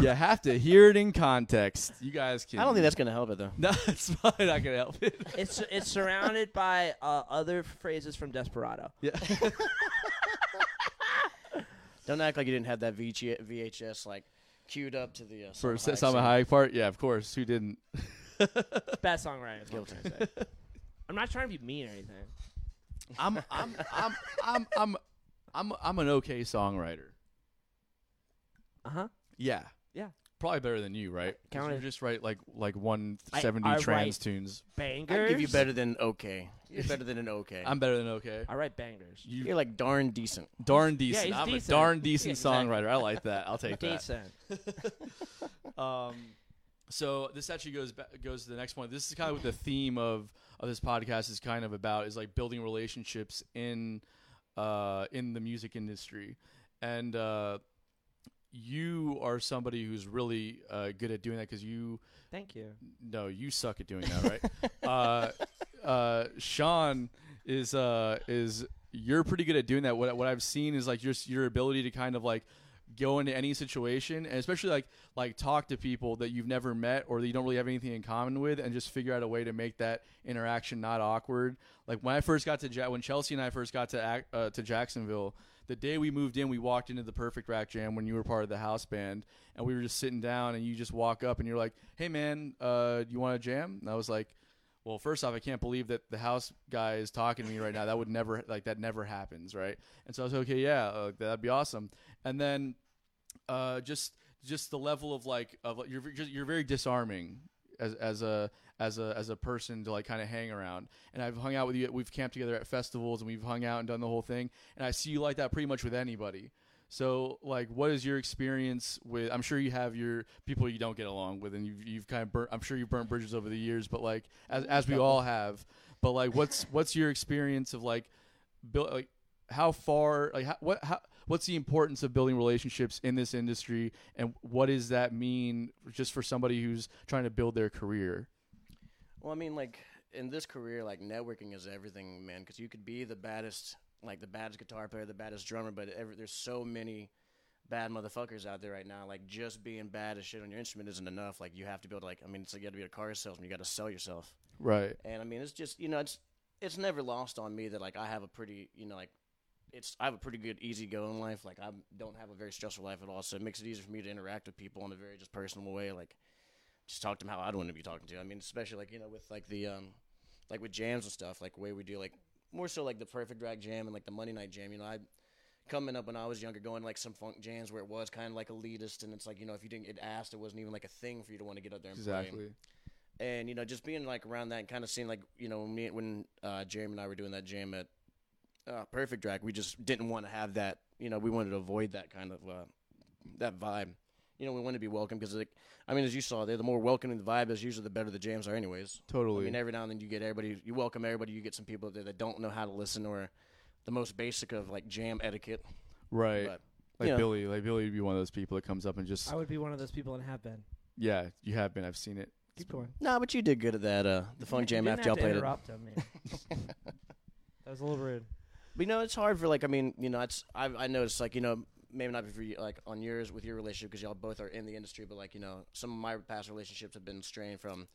S1: You have to hear it in context. You guys can.
S2: I don't think that's gonna help it though.
S1: No, it's probably not gonna help it.
S3: It's it's surrounded by uh, other phrases from Desperado.
S1: Yeah.
S2: Don't act like you didn't have that VG- VHS like queued up to the uh,
S1: For
S2: Salma Hayek
S1: Salma
S2: scene.
S1: Hayek part, yeah, of course. Who didn't?
S3: Best songwriter. is what I'm
S2: Guilty.
S3: trying to say. I'm not trying to be mean or anything.
S1: I'm, I'm, I'm, I'm, I'm, I'm, I'm an okay songwriter.
S3: Uh huh.
S1: Yeah.
S3: Yeah.
S1: Probably better than you, right? 'Cause
S3: Counted.
S1: You just write like like one
S3: I-
S1: seventy
S3: I
S1: trans
S3: write-
S1: tunes.
S3: Bangers.
S2: I'd give you better than okay. You're better than an okay.
S1: I'm better than okay.
S3: I write bangers.
S1: You
S2: You're like darn decent.
S1: darn decent.
S3: he's
S1: I'm
S3: decent.
S1: a darn decent
S3: Yeah, exactly.
S1: songwriter. I like that. I'll take that.
S3: Decent.
S1: Um, so this actually goes ba- goes to the next point. This is kind of what the theme of of this podcast is kind of about is like building relationships in uh, in the music industry, and uh, you are somebody who's really uh, good at doing that because you
S3: Thank you.
S1: no you suck at doing that right. uh, uh, Sean is uh, is you're pretty good at doing that. What what I've seen is like your your ability to kind of like go into any situation and especially like like talk to people that you've never met or that you don't really have anything in common with and just figure out a way to make that interaction not awkward like when i first got to ja- when chelsea and i first got to Ac- uh, to jacksonville the day we moved in we walked into the perfect rack jam when you were part of the house band and we were just sitting down and you just walk up and you're like hey man uh you want to jam and i was like well, first off, I can't believe that the house guy is talking to me right now. That would never, like, that never happens, right? And so I was okay, yeah, uh, that'd be awesome. And then uh, just just the level of like of like, you're v- just, you're very disarming as as a as a as a person to like kind of hang around. And I've hung out with you. We've camped together at festivals and we've hung out and done the whole thing. And I see you like that pretty much with anybody. So like, what is your experience with? I'm sure you have your people you don't get along with, and you've you've kind of burnt. I'm sure you've burnt bridges over the years, but like as as we all have. But like, what's what's your experience of like, build like how far like how, what how what's the importance of building relationships in this industry and what does that mean just for somebody who's trying to build their career
S2: Well, I mean, like in this career, like networking is everything, man. Because you could be the baddest like the baddest guitar player, the baddest drummer, but every, there's so many bad motherfuckers out there right now. Like just being bad as shit on your instrument isn't enough. Like you have to be able to like I mean, it's like you got to be a car salesman. You got to sell yourself.
S1: Right.
S2: And I mean, it's just you know, it's it's never lost on me that like I have a pretty you know like it's I have a pretty good easy go in life. Like I don't have a very stressful life at all, so it makes it easier for me to interact with people in a very just personal way. Like just talk to them how I'd want to be talking to. I mean, especially like you know with like the um like with jams and stuff, like way we do like more so like the perfect rag jam and like the Monday night jam. You know, I coming up when I was younger, going to, like some funk jams where it was kind of like elitist, and it's like you know if you didn't get asked, it wasn't even like a thing for you to want to get up there and play
S1: Exactly.
S2: and you know just being like around that and kind of seeing like you know when me when uh Jeremy and I were doing that jam at uh, Perfect Drag, we just didn't want to have that. You know, we wanted to avoid that kind of uh, that vibe. You know, we wanted to be welcome because, like, I mean, as you saw there, the more welcoming the vibe is, usually the better the jams are, anyways. I
S1: Totally.
S2: mean, every now and then you get everybody, you welcome everybody, you get some people out there that don't know how to listen or the most basic of like jam etiquette.
S1: right.
S2: But
S1: like
S2: you know.
S1: Billy. Like Billy would be one of those people that comes up and just
S4: I would be one of those people and have been.
S1: yeah. You have been. I've seen it.
S4: Keep going.
S2: nah, but you did good at that. Uh, the funk jam
S4: You
S2: after
S4: didn't
S2: y'all
S4: have to
S2: played it.
S4: interrupt him, man. that was a little rude.
S2: But you know, it's hard for like I mean, you know, it's I I noticed like you know maybe not for you, like on yours with your relationship because y'all both are in the industry, but like you know some of my past relationships have been strained from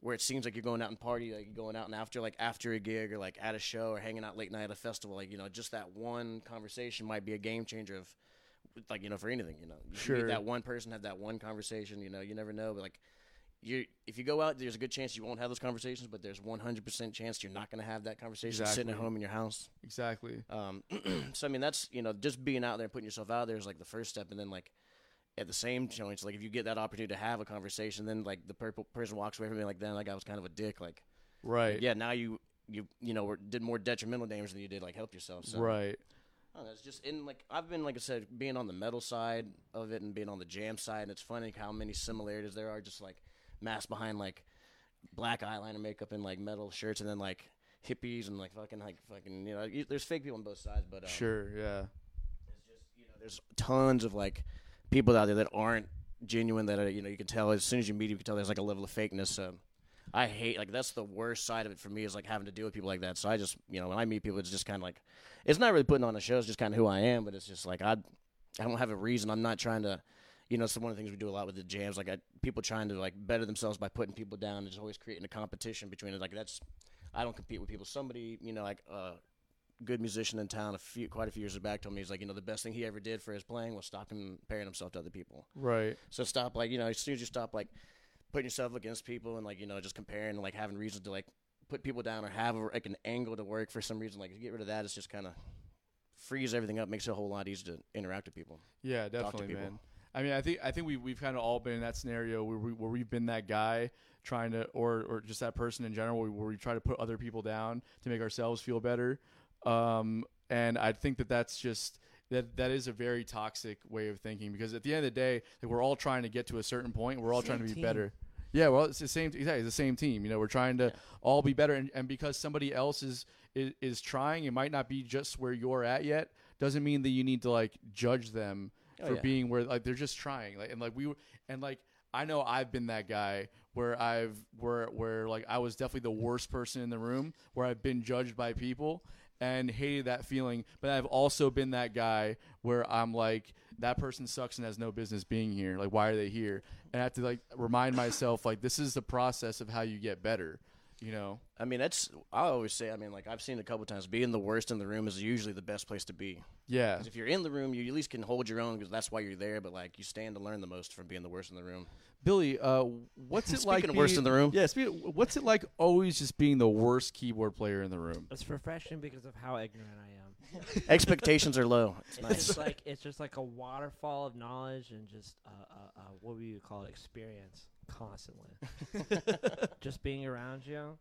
S2: where it seems like you're going out and party, like you're going out and after like after a gig or like at a show or hanging out late night at a festival, like you know just that one conversation might be a game changer of like you know for anything, you know, You meet
S1: Sure.
S2: that one person have that one conversation, you know, you never know, but like. You, if you go out, there's a good chance you won't have those conversations, but there's 100% chance you're not going to have that conversation sitting at
S1: Exactly.
S2: home in your house.
S1: Exactly.
S2: Um, so I mean, that's you know, just being out there and putting yourself out there is like the first step, and then like at the same time, it's like if you get that opportunity to have a conversation, then like the purple person walks away from me like, then like I was kind of a dick. Like,
S1: Right.
S2: yeah, now you you you know were, did more detrimental damage than you did like help yourself. So
S1: Right.
S2: I don't know, it's just in like I've been like I said, being on the metal side of it and being on the jam side, and it's funny how many similarities there are, just like masked behind like black eyeliner makeup and like metal shirts, and then like hippies and like fucking like fucking you know, you, there's fake people on both sides, but um,
S1: Sure. Yeah.
S2: there's tons of like people out there that aren't genuine that are, you know you can tell as soon as you meet 'em, you can tell there's like a level of fakeness so i hate like that's the worst side of it for me is like having to deal with people like that so i just you know when i meet people it's just kind of like it's not really putting on a show it's just kind of who i am but it's just like i i don't have a reason i'm not trying to you know, it's one of the things we do a lot with the jams. Like, I, people trying to like better themselves by putting people down. It's always creating a competition between it. Like, that's I don't compete with people. Somebody, you know, like uh, good musician in town a few quite a few years back told me he's like you know the best thing he ever did for his playing was stop comparing himself to other people
S1: Right.
S2: so stop like you know as soon as you stop like putting yourself against people and like you know just comparing and like having reasons to like put people down or have a, like an angle to work for some reason like if you get rid of that it's just kind of frees everything up makes it a whole lot easier to interact with people
S1: Yeah,
S2: to
S1: definitely,
S2: people.
S1: man. I mean, I think I think we we've kind of all been in that scenario where we where we've been that guy trying to, or or just that person in general, where we, where we try to put other people down to make ourselves feel better. Um, and I think that that's just that that is a very toxic way of thinking because at the end of the day, like, we're all trying to get to a certain point. We're all trying
S4: Same
S1: to be
S4: team.
S1: better. Yeah, well, it's the same. Exactly, it's the same team. You know, we're trying to all be better, and, and because somebody else is, is is trying, it might not be just where you're at yet. Doesn't mean that you need to like judge them
S2: Oh,
S1: for
S2: yeah.
S1: being where like they're just trying. Like and like we were, and like I know I've been that guy where I've where where like I was definitely the worst person in the room where I've been judged by people and hated that feeling. But I've also been that guy where I'm like that person sucks and has no business being here. Like why are they here? And I have to like remind myself like this is the process of how you get better. You know.
S2: i mean that's i always say i mean like i've seen a couple times being the worst in the room is usually the best place to be
S1: Yeah.
S2: 'Cause if you're in the room you at least can hold your own because that's why you're there but like you stand to learn the most from being the worst in the room
S1: Billy, uh, what's it
S2: Speaking
S1: like?
S2: of worst in the room.
S1: Yeah, speak, what's it like always just being the worst keyboard player in the room?
S4: It's refreshing because of how ignorant I am.
S2: expectations are low it's
S4: It's
S2: nice
S4: just like it's just like a waterfall of knowledge and just uh, uh, uh, what would you call it? Experience constantly. just being around you.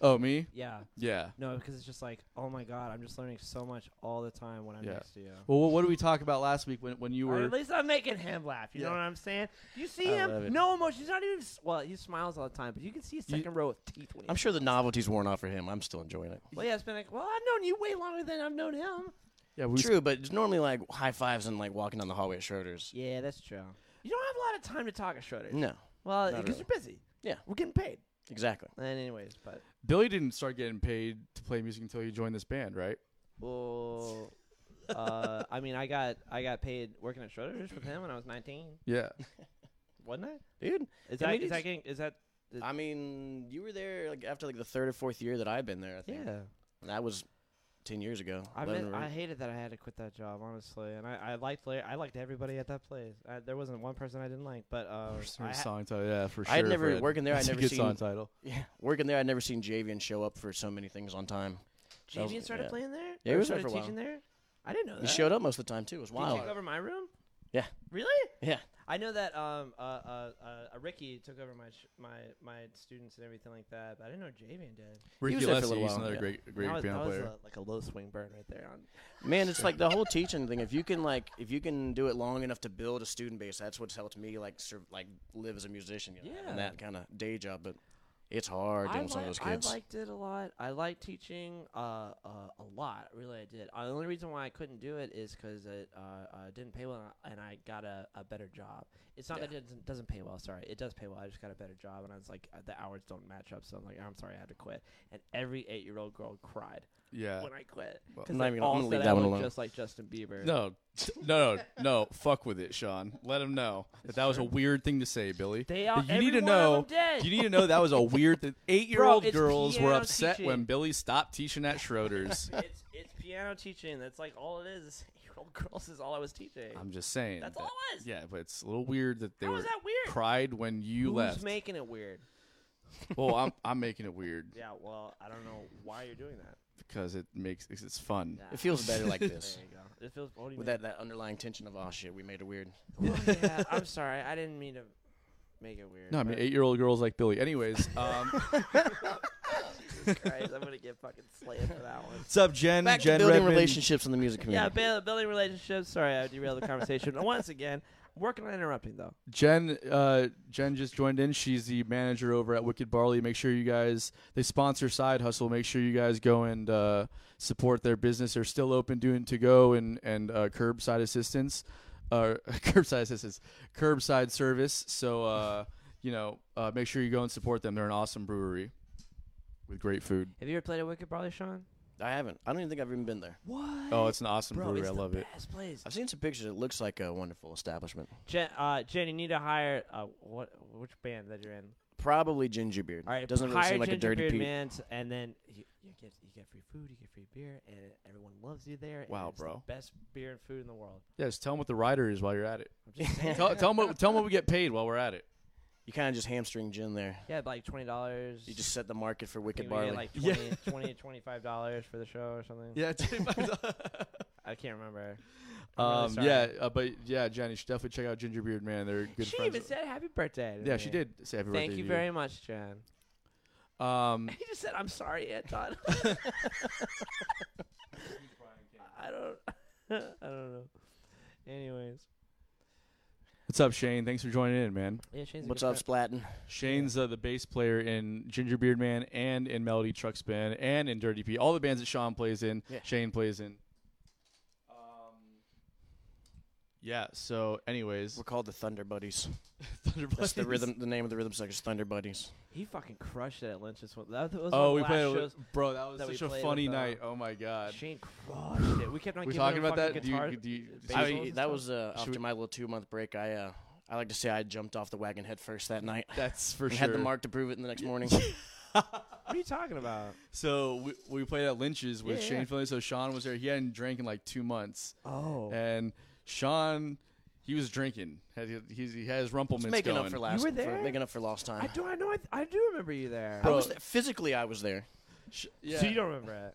S1: Oh, me?
S4: Yeah.
S1: Yeah.
S4: No, because it's just like, oh my god, I'm just learning so much all the time when I'm
S1: Yeah.
S4: next to you.
S1: Well, what, what did we talk about last week when, when you
S4: Or
S1: were?
S4: at least I'm making him laugh. You know
S1: Yeah.
S4: what I'm saying? Do you see
S2: I love it.
S4: him? No emotion. He's not even. s- Well, he smiles all the time, but you can see a
S1: You-
S4: second row of teeth. When he
S2: I'm sure the novelty's worn off for him. I'm still enjoying it.
S4: Well, yeah, it's been like, well, I've known you way longer than I've known him.
S1: yeah, we
S2: True, but it's normally like high fives and like walking down the hallway at Schroeder's.
S4: Yeah, that's true. You don't have a lot of time to talk at Schroeder's.
S2: No,
S4: Well,
S2: Not
S4: because
S2: really.
S4: you're busy.
S2: Yeah.
S4: We're getting paid.
S2: exactly.
S4: And anyways, but
S1: Billy didn't start getting paid to play music until you joined this band, right?
S5: Well, uh, I mean, I got I got paid working at Schroders with him when I was 19,
S1: Yeah.
S5: wasn't I?
S2: dude.
S5: Is
S2: Yeah,
S5: that
S2: we
S5: is that
S2: just-
S5: getting, is that
S2: I mean, you were there like after like the third or fourth year that I've been there. I think
S5: yeah?
S2: that was ten years ago.
S3: I,
S2: 11
S3: meant,
S2: or-
S3: I hated that I had to quit that job, honestly, and I, I liked Larry, I liked everybody at that place. I, there wasn't one person I didn't like, but uh, I ha-
S1: song title. Yeah, for sure.
S2: I had never-
S1: Fred.
S2: working there, I'd
S1: That's a
S2: never
S1: good
S2: seen-
S1: song title.
S2: yeah, working there, I'd never seen Javian show up for so many things on time. That was-
S3: Javian started
S2: yeah.
S3: playing there.
S2: Yeah, he
S3: Or
S2: was there
S3: started
S2: for a while.
S3: teaching there. I didn't know that.
S2: He showed up most of the time too. It was
S3: Did he
S2: wild.
S3: take over my room?
S2: Yeah.
S3: Really?
S2: Yeah.
S3: I know that um uh uh, uh, uh Ricky took over my sh- my my students and everything like that, but I didn't know Javian did.
S1: Ricky
S2: was there for a
S1: Lessie,
S2: little
S1: he's
S2: while,
S1: another
S2: yeah.
S1: great, great
S5: that was,
S1: piano
S5: that was
S1: player.
S5: a- like a low swing burn right there. On
S2: Man, it's like the whole teaching thing. If you can like, if you can do it long enough to build a student base, that's what's helped me like sur- like live as a musician. You know,
S5: Yeah.
S2: and that kind of day job, but it's hard dealing with some of those kids.
S3: I liked it a lot. I liked teaching uh, uh, a lot. Really, I did. Uh, the only reason why I couldn't do it is because it uh, uh, didn't pay well, and I got a, a better job. It's not that it doesn't, doesn't pay well. Sorry, it does pay well. I just got a better job, and I was like, uh, the hours don't match up. So I'm like, I'm sorry, I had to quit. And every eight year old girl cried
S1: Yeah.
S3: when I quit
S1: Well,
S3: because
S2: I'm not
S3: they
S2: even- I'm
S3: all
S2: gonna
S3: said
S2: leave
S3: I
S2: that one
S3: looked
S2: alone.
S3: just like Justin Bieber.
S1: No, no, no, no. Fuck with it, Sean. Let him know that that was a weird thing to say, Billy.
S3: They all.
S1: But you need to
S3: every one of
S1: know.
S3: them did.
S1: You need to know that was a weird. thing. Eight-year-old
S3: it's
S1: girls were
S3: piano
S1: upset
S3: teaching.
S1: when Billy stopped teaching at Schroeder's.
S3: it's it's piano teaching. That's like all it is. Eight year old girls is all I was teaching.
S1: I'm just saying.
S3: That's
S1: that-
S3: all it was.
S1: Yeah, but it's a little weird that they
S3: How
S1: were
S3: is that weird?
S1: cried when you
S3: Who's
S1: left.
S3: making it weird?
S1: well, I'm I'm making it weird
S3: Yeah, well, I don't know why you're doing that.
S1: because it makes it's it's fun.
S2: it feels better like this
S3: There you go. It feels. What do you
S2: with
S3: mean?
S2: that that underlying tension of oh shit, we made it weird.
S3: Well, Oh, yeah, I'm sorry. I didn't mean to make it weird.
S1: No, I mean
S3: but-
S1: eight-year-old girls like Billy. Anyways, um,
S3: Jesus Christ, I'm gonna get fucking slammed for that one.
S1: what's up, Jen?
S2: Back
S1: Jen
S2: to building
S1: Redmond.
S2: relationships in the music
S3: Yeah,
S2: community.
S3: building, building relationships. Sorry, I derailed the conversation once again. I'm working on interrupting though.
S1: Jen, uh, Jen just joined in. She's the manager over at Wicked Barley. Make sure you guys they sponsor Side Hustle. Make sure you guys go and uh, support their business. They're still open doing to go and and uh, curbside assistance, uh, curbside assistance, curbside service. So uh, you know, uh, make sure you go and support them. They're an awesome brewery with great food.
S3: Have you ever played at Wicked Barley, Sean?
S2: I haven't. I don't even think I've even been there.
S3: What?
S1: Oh, it's an awesome
S3: Bro,
S1: brewery.
S3: it's
S1: I
S3: the
S1: love it.
S3: best place.
S2: I've seen some pictures. It looks like a wonderful establishment.
S3: Jen, uh, Jen, you need to hire uh, what? Which band that you're in?
S2: Probably Gingerbeard.
S3: All right,
S2: Doesn't really
S3: hire
S2: seem like a
S3: Ginger
S2: dirty
S3: Beard
S2: Pete.
S3: man, t- and then you, you get you get free food, you get free beer, and everyone loves you there. and
S1: Wow,
S3: it's the
S1: bro.
S3: best beer and food in the world.
S1: Yeah, just tell them what the rider is while you're at it.
S3: I'm just saying.
S1: tell, tell them what, tell them what we get paid while we're at it.
S2: You kind of just hamstring Gin there.
S3: yeah, like twenty dollars.
S2: You just set the market for Wicked
S3: think we
S2: Barley.
S3: get like
S1: Yeah.
S3: 20, 20 25 dollars for the show or something.
S1: Yeah.
S3: I can't remember. I'm really
S1: Um,
S3: sorry.
S1: yeah, uh, but yeah, Jenny, you should definitely check out Gingerbeard Man. They're good
S3: she
S1: friends.
S3: even said happy birthday. to
S1: yeah, she
S3: me.
S1: did say happy
S3: Thank
S1: birthday
S3: you
S1: to
S3: very much, Jen.
S1: Um,
S3: He just said, "I'm sorry, Anton." I don't. I don't know. Anyways,
S1: what's up, Shane? Thanks for joining in, man.
S3: yeah, Shane's a
S2: What's
S3: good
S2: up,
S3: friend.
S2: Splattin?
S1: Shane's uh, the bass player in Gingerbeard Man and in Melody Truck Spin and in Dirty P. All the bands that Sean plays in,
S2: Yeah.
S1: Shane plays in. Um, yeah. So, anyways,
S2: We're called the Thunder Buddies.
S1: Thunder
S2: That's the
S1: Buddies.
S2: rhythm. The name of the rhythm section is Thunder Buddies.
S3: He fucking crushed it at Lynch this one. That was one
S1: Oh,
S3: of
S1: we
S3: the last
S1: played,
S3: shows.
S1: bro. That was
S3: that we
S1: such a
S3: played
S1: funny
S3: with, uh,
S1: night. Oh my god.
S3: Shane crushed it. We kept on
S1: We
S3: giving
S1: talking
S3: him
S1: about
S3: fucking
S1: that? Do you-
S3: guitar-
S1: do you-
S3: bass
S1: I-
S2: I,
S3: solos and
S2: that
S3: stuff.
S2: was uh,
S1: Should
S2: after
S1: we-
S2: my little two month break. I uh, I like to say I jumped off the wagon head first that night.
S1: That's for
S2: and
S1: sure.
S2: Had the mark to prove it the next morning.
S3: What are you talking about?
S1: So we, we played at Lynch's with
S3: Yeah, yeah.
S1: Shane Philly. So Sean was there. He hadn't drank in like two months,
S3: Oh,
S1: and Sean, he was drinking. Had, he, he had his rumplements
S2: It's making
S1: going.
S2: up for last.
S3: were
S2: For,
S3: there?
S2: making up for lost
S3: I
S2: time.
S3: do. I know. I, I do remember you there.
S2: I
S1: Bro.
S2: was there. Physically, I was there.
S1: Sh- yeah.
S3: So you don't remember it?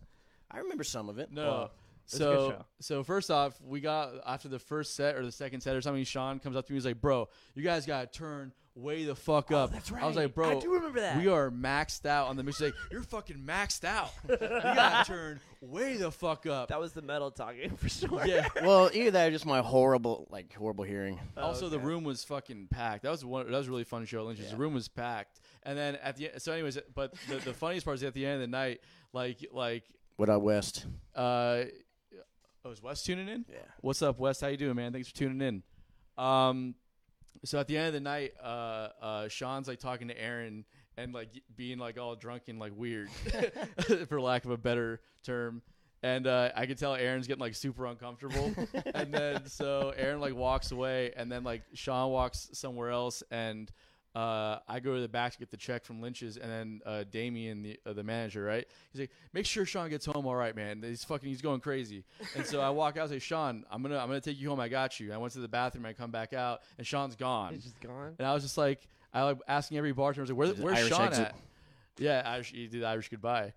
S2: I remember some of it.
S1: No.
S3: Wow. It's a good
S1: so
S3: show.
S1: so first off, we got after the first set or the second set or something. Sean comes up to me. He's like, "Bro, you guys gotta turn way the fuck up."
S3: Oh, that's
S1: I was like,
S3: right.
S1: "Bro,
S3: I do remember that."
S1: We are maxed out on the mix." He's like, "You're fucking maxed out. you gotta turn way the fuck up."
S3: That was the metal talking for sure.
S1: yeah.
S2: Well, either that or just my horrible, like horrible hearing.
S1: Also, the
S3: okay.
S1: room was fucking packed. That was one. That was a really fun show. at Lynch's. The room was packed, and then at the so, anyways, but the, the funniest part is at the end of the night, like like
S2: What up, West?
S1: uh, oh, is Wes tuning in?
S2: Yeah.
S1: What's up, Wes? How you doing, man? Thanks for tuning in. Um, so at the end of the night, uh, uh, Sean's like talking to Aaron and like being like all drunk and like weird, for lack of a better term. and uh, I could tell Aaron's getting like super uncomfortable. and then so Aaron like walks away, and then like Sean walks somewhere else, and uh, I go to the back to get the check from Lynch's, and then uh, Damien, the uh, the manager, right? He's like, "Make sure Sean gets home all right, man. He's fucking, he's going crazy." And so I walk out, I say, "Sean, I'm gonna, I'm gonna take you home. I got you." I went to the bathroom, I come back out, and Sean's gone.
S4: It's just gone.
S1: And I was just like, I was asking every bartender, I was like, Where,
S2: There's an
S1: where's
S2: Irish
S1: Sean
S2: exit.
S1: at? Yeah, Irish, he did Irish goodbye.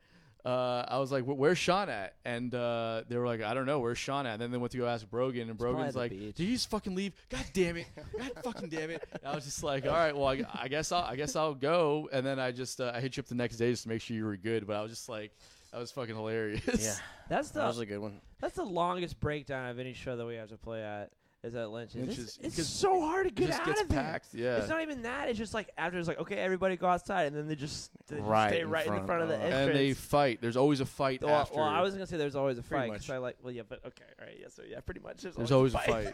S1: Uh, I was like, "Where- where's Sean at? And uh, they were like, I don't know, where's Sean at? And then they went to go ask Brogan, and
S4: probably
S1: Brogan's
S4: at the
S1: like,
S4: beach.
S1: did you just fucking leave? God damn it! God fucking damn it! And I was just like, all right, well, I, I guess I'll, I guess I'll go. And then I just, uh, I hit you up the next day just to make sure you were good. But I was just like, that was fucking hilarious.
S2: Yeah,
S4: That's the
S2: that was a good one.
S4: that's the longest breakdown of any show that we have to play at is at Lynch's.
S1: Lynch's,
S4: it's it's
S1: because
S4: so hard to
S1: It
S4: get
S1: just
S4: out
S1: gets
S4: of there.
S1: packed. Yeah.
S4: It's not even that. It's just like after it's like okay, everybody go outside, and then they just, they just
S2: Right
S4: stay
S2: in
S4: right in
S2: front.
S4: front of the
S2: Uh,
S4: entrance.
S1: and they fight. There's always a fight
S4: well,
S1: after.
S4: well, I was gonna say there's always a
S2: Pretty
S4: fight. 'cause
S2: much.
S4: I like well, yeah, but okay, all right, yeah. So yeah, pretty much. There's,
S1: There's always a
S4: fight.
S1: fight.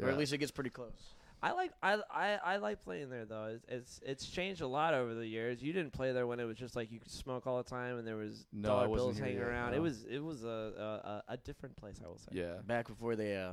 S2: Or
S1: Yeah.
S2: at least it gets pretty close.
S4: I like I, I I like playing there though. It's, it's it's changed a lot over the years. You didn't play there when it was just like you could smoke all the time and there was
S1: No, I
S4: dollar
S1: wasn't
S4: bills
S1: here
S4: hanging
S1: yet,
S4: around. It
S1: no.
S4: was it was a a, a a different place. I will say.
S1: Yeah.
S2: Back before they uh,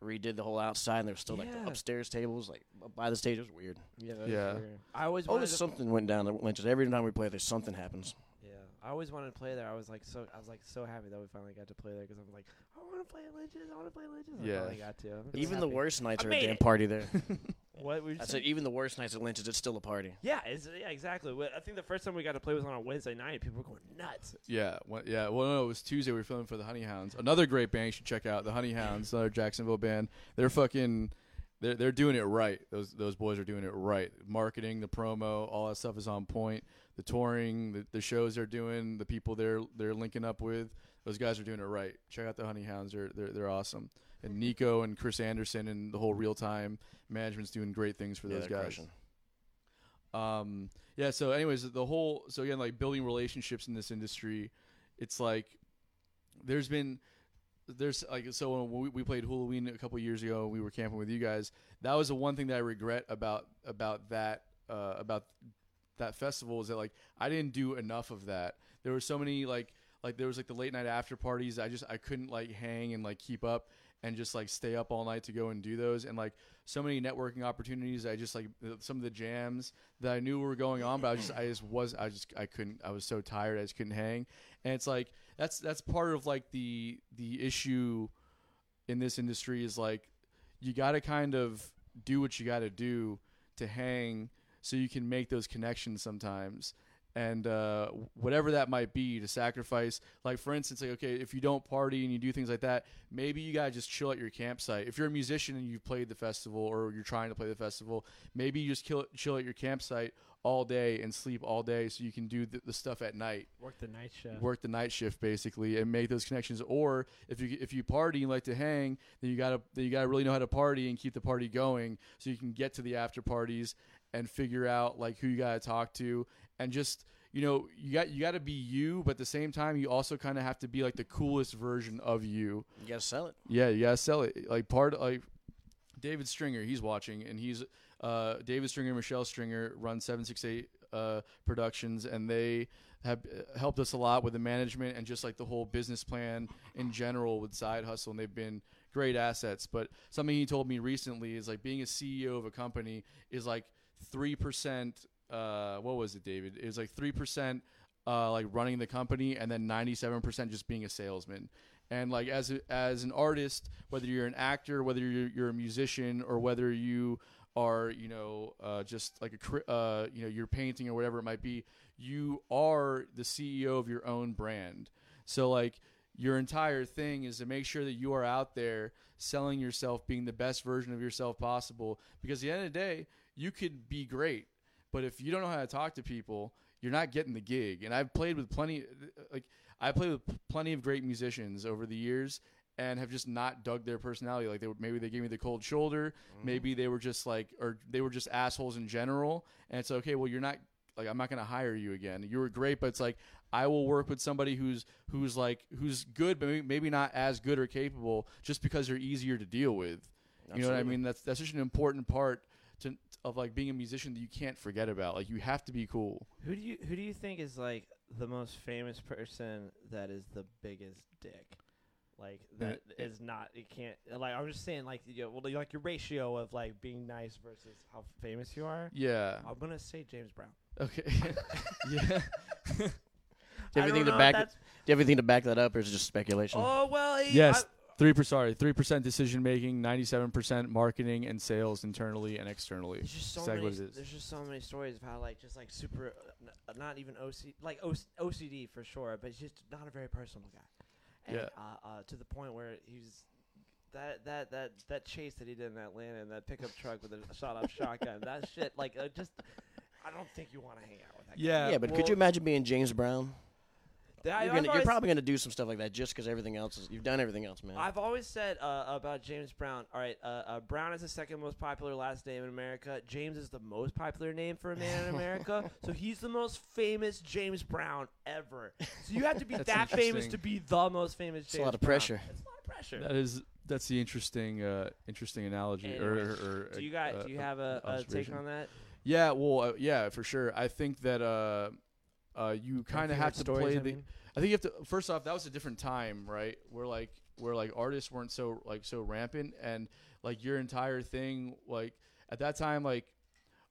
S2: redid the whole outside, and there was still like
S4: Yeah.
S2: the upstairs tables, like by the stage. It was weird.
S4: Yeah.
S1: was Yeah. Oh, weird.
S4: I always wanted
S2: Always
S4: to,
S2: Oh, something went down at Lynch's. Every time we play, there's something happens.
S4: yeah. I always wanted to play there. I was like so I was like so happy that we finally got to play there because I'm like I want to play Legends. I want to play Legends. I
S1: Yeah.
S4: finally got to. I'm
S2: Even the
S4: happy.
S2: worst nights
S4: I
S2: are a
S4: made
S2: damn
S4: it.
S2: party there.
S4: What were you
S2: I said
S4: saying?
S2: even the worst nights at Lynch's, it's still a party.
S4: Yeah, it's, yeah, exactly. Wh- I think the first time we got to play was on a Wednesday night. People were going nuts.
S1: Yeah, well, yeah. Well, no, it was Tuesday. We were filming for the Honey Hounds. Another great band you should check out. The Honey Hounds, another Jacksonville band. They're fucking, they're they're doing it right. Those those boys are doing it right. Marketing, the promo, all that stuff is on point. The touring, the, the shows they're doing, the people they're they're linking up with. Those guys are doing it right. Check out the Honey Hounds. They're they're, they're awesome. And Nico and Chris Anderson and the whole real time management's doing great things for
S2: Yeah,
S1: those
S2: they're
S1: guys.
S2: crushing.
S1: Um, yeah. So, anyways, the whole so again, like building relationships in this industry, it's like there's been there's like so when we, we played Halloween a couple years ago, we were camping with you guys. That was the one thing that I regret about about that uh, about that festival is that like I didn't do enough of that. There were so many like like there was like the late night after parties. I just I couldn't like hang and like keep up and just like stay up all night to go and do those and like so many networking opportunities. I just like th- some of the jams that I knew were going on, but I just I just was I just I couldn't I was so tired I just couldn't hang. And it's like that's that's part of like the the issue in this industry is like you got to kind of do what you got to do to hang so you can make those connections sometimes and uh, whatever that might be to sacrifice like for instance like okay if you don't party and you do things like that maybe you gotta just chill at your campsite if you're a musician and you've played the festival or you're trying to play the festival maybe you just kill, chill at your campsite all day and sleep all day so you can do the, the stuff at night
S3: Work the night shift.
S1: work the night shift basically and make those connections or if you if you party and like to hang then you gotta then you gotta really know how to party and keep the party going so you can get to the after parties and figure out like who you gotta talk to and just you know you got you gotta be you but at the same time you also kind of have to be like the coolest version of you
S2: You gotta sell it.
S1: yeah, you gotta sell it. Like part like David Stringer, he's watching, and he's uh, David Stringer, and Michelle Stringer run Seven Six Eight uh, Productions, and they have uh, helped us a lot with the management and just like the whole business plan in general with side hustle, and they've been great assets. But something he told me recently is like being a CEO of a company is like three percent. Uh, what was it, David? It was like three percent. Uh, like running the company, and then ninety-seven percent just being a salesman and like as a, as an artist whether you're an actor whether you're, you're a musician or whether you are you know uh, just like a cri- uh, you know you're painting or whatever it might be you are the ceo of your own brand so like your entire thing is to make sure that you are out there selling yourself being the best version of yourself possible because at the end of the day you could be great but if you don't know how to talk to people you're not getting the gig and i've played with plenty like I played with plenty of great musicians over the years and have just not dug their personality. Like they were, maybe they gave me the cold shoulder,
S2: Mm-hmm.
S1: maybe they were just like, or they were just assholes in general. And it's okay. Well, you're not like I'm not going to hire you again. You were great, but it's like I will work with somebody who's who's like who's good, but maybe, maybe not as good or capable, just because they're easier to deal with. You know what I
S2: Absolutely.
S1: mean? That's that's such an important part to of like being a musician that you can't forget about. Like you have to be cool.
S3: Who do you who do you think is like the most famous person that is the biggest dick? Like that
S2: Uh,
S1: That-
S3: is not it can't like I'm just saying like you know, well like your ratio of like being nice versus how famous you are.
S1: Yeah.
S3: I'm gonna say James Brown.
S1: Okay. yeah.
S2: Do you have
S3: I don't
S2: anything to
S3: know if
S2: back?
S3: that's-
S2: Do you have anything to back that up, or is it just speculation?
S3: Oh well, he-
S1: Yes.
S3: I-
S1: Three per sorry, three percent decision making, ninety seven percent marketing and sales internally and externally.
S4: There's just so
S1: Exactly
S4: many.
S1: what it is.
S4: There's just so many stories of how like just like super, uh, n- not even OC like OC, OCD for sure, but he's just not a very personal guy. And,
S1: Yeah.
S4: Uh, uh, to the point where he's that that that that chase that he did in Atlanta and that pickup truck with a shot up shotgun. That shit like uh, just. I don't think you want to hang out with that.
S1: Yeah.
S4: Guy.
S2: yeah, but could you imagine being James Brown?
S4: I-
S2: you're,
S4: I've
S2: gonna, you're
S4: always-
S2: probably gonna do some stuff like that just because everything else is. You've done everything else, man.
S4: I've always said uh, about James Brown. All right, uh, uh, Brown is the second most popular last name in America. James is the most popular name for a man in America. so he's the most famous James Brown ever. So you have to be
S1: That's
S4: that famous
S1: interesting.
S4: to be the most famous.
S2: it's
S4: James
S2: a lot of
S4: Brown.
S2: pressure.
S4: It's a lot of pressure.
S1: That is that's the interesting uh interesting analogy or,
S4: Anyways,
S1: or
S4: do you got?
S1: uh,
S4: do you have a, a take
S1: observation.
S4: on that?
S1: Yeah, well, uh, yeah, for sure. I think that uh, uh, you kind of have to play the. I think you have to. First off, that was a different time, right? Where like where like artists weren't so like so rampant, and like your entire thing, like at that time, like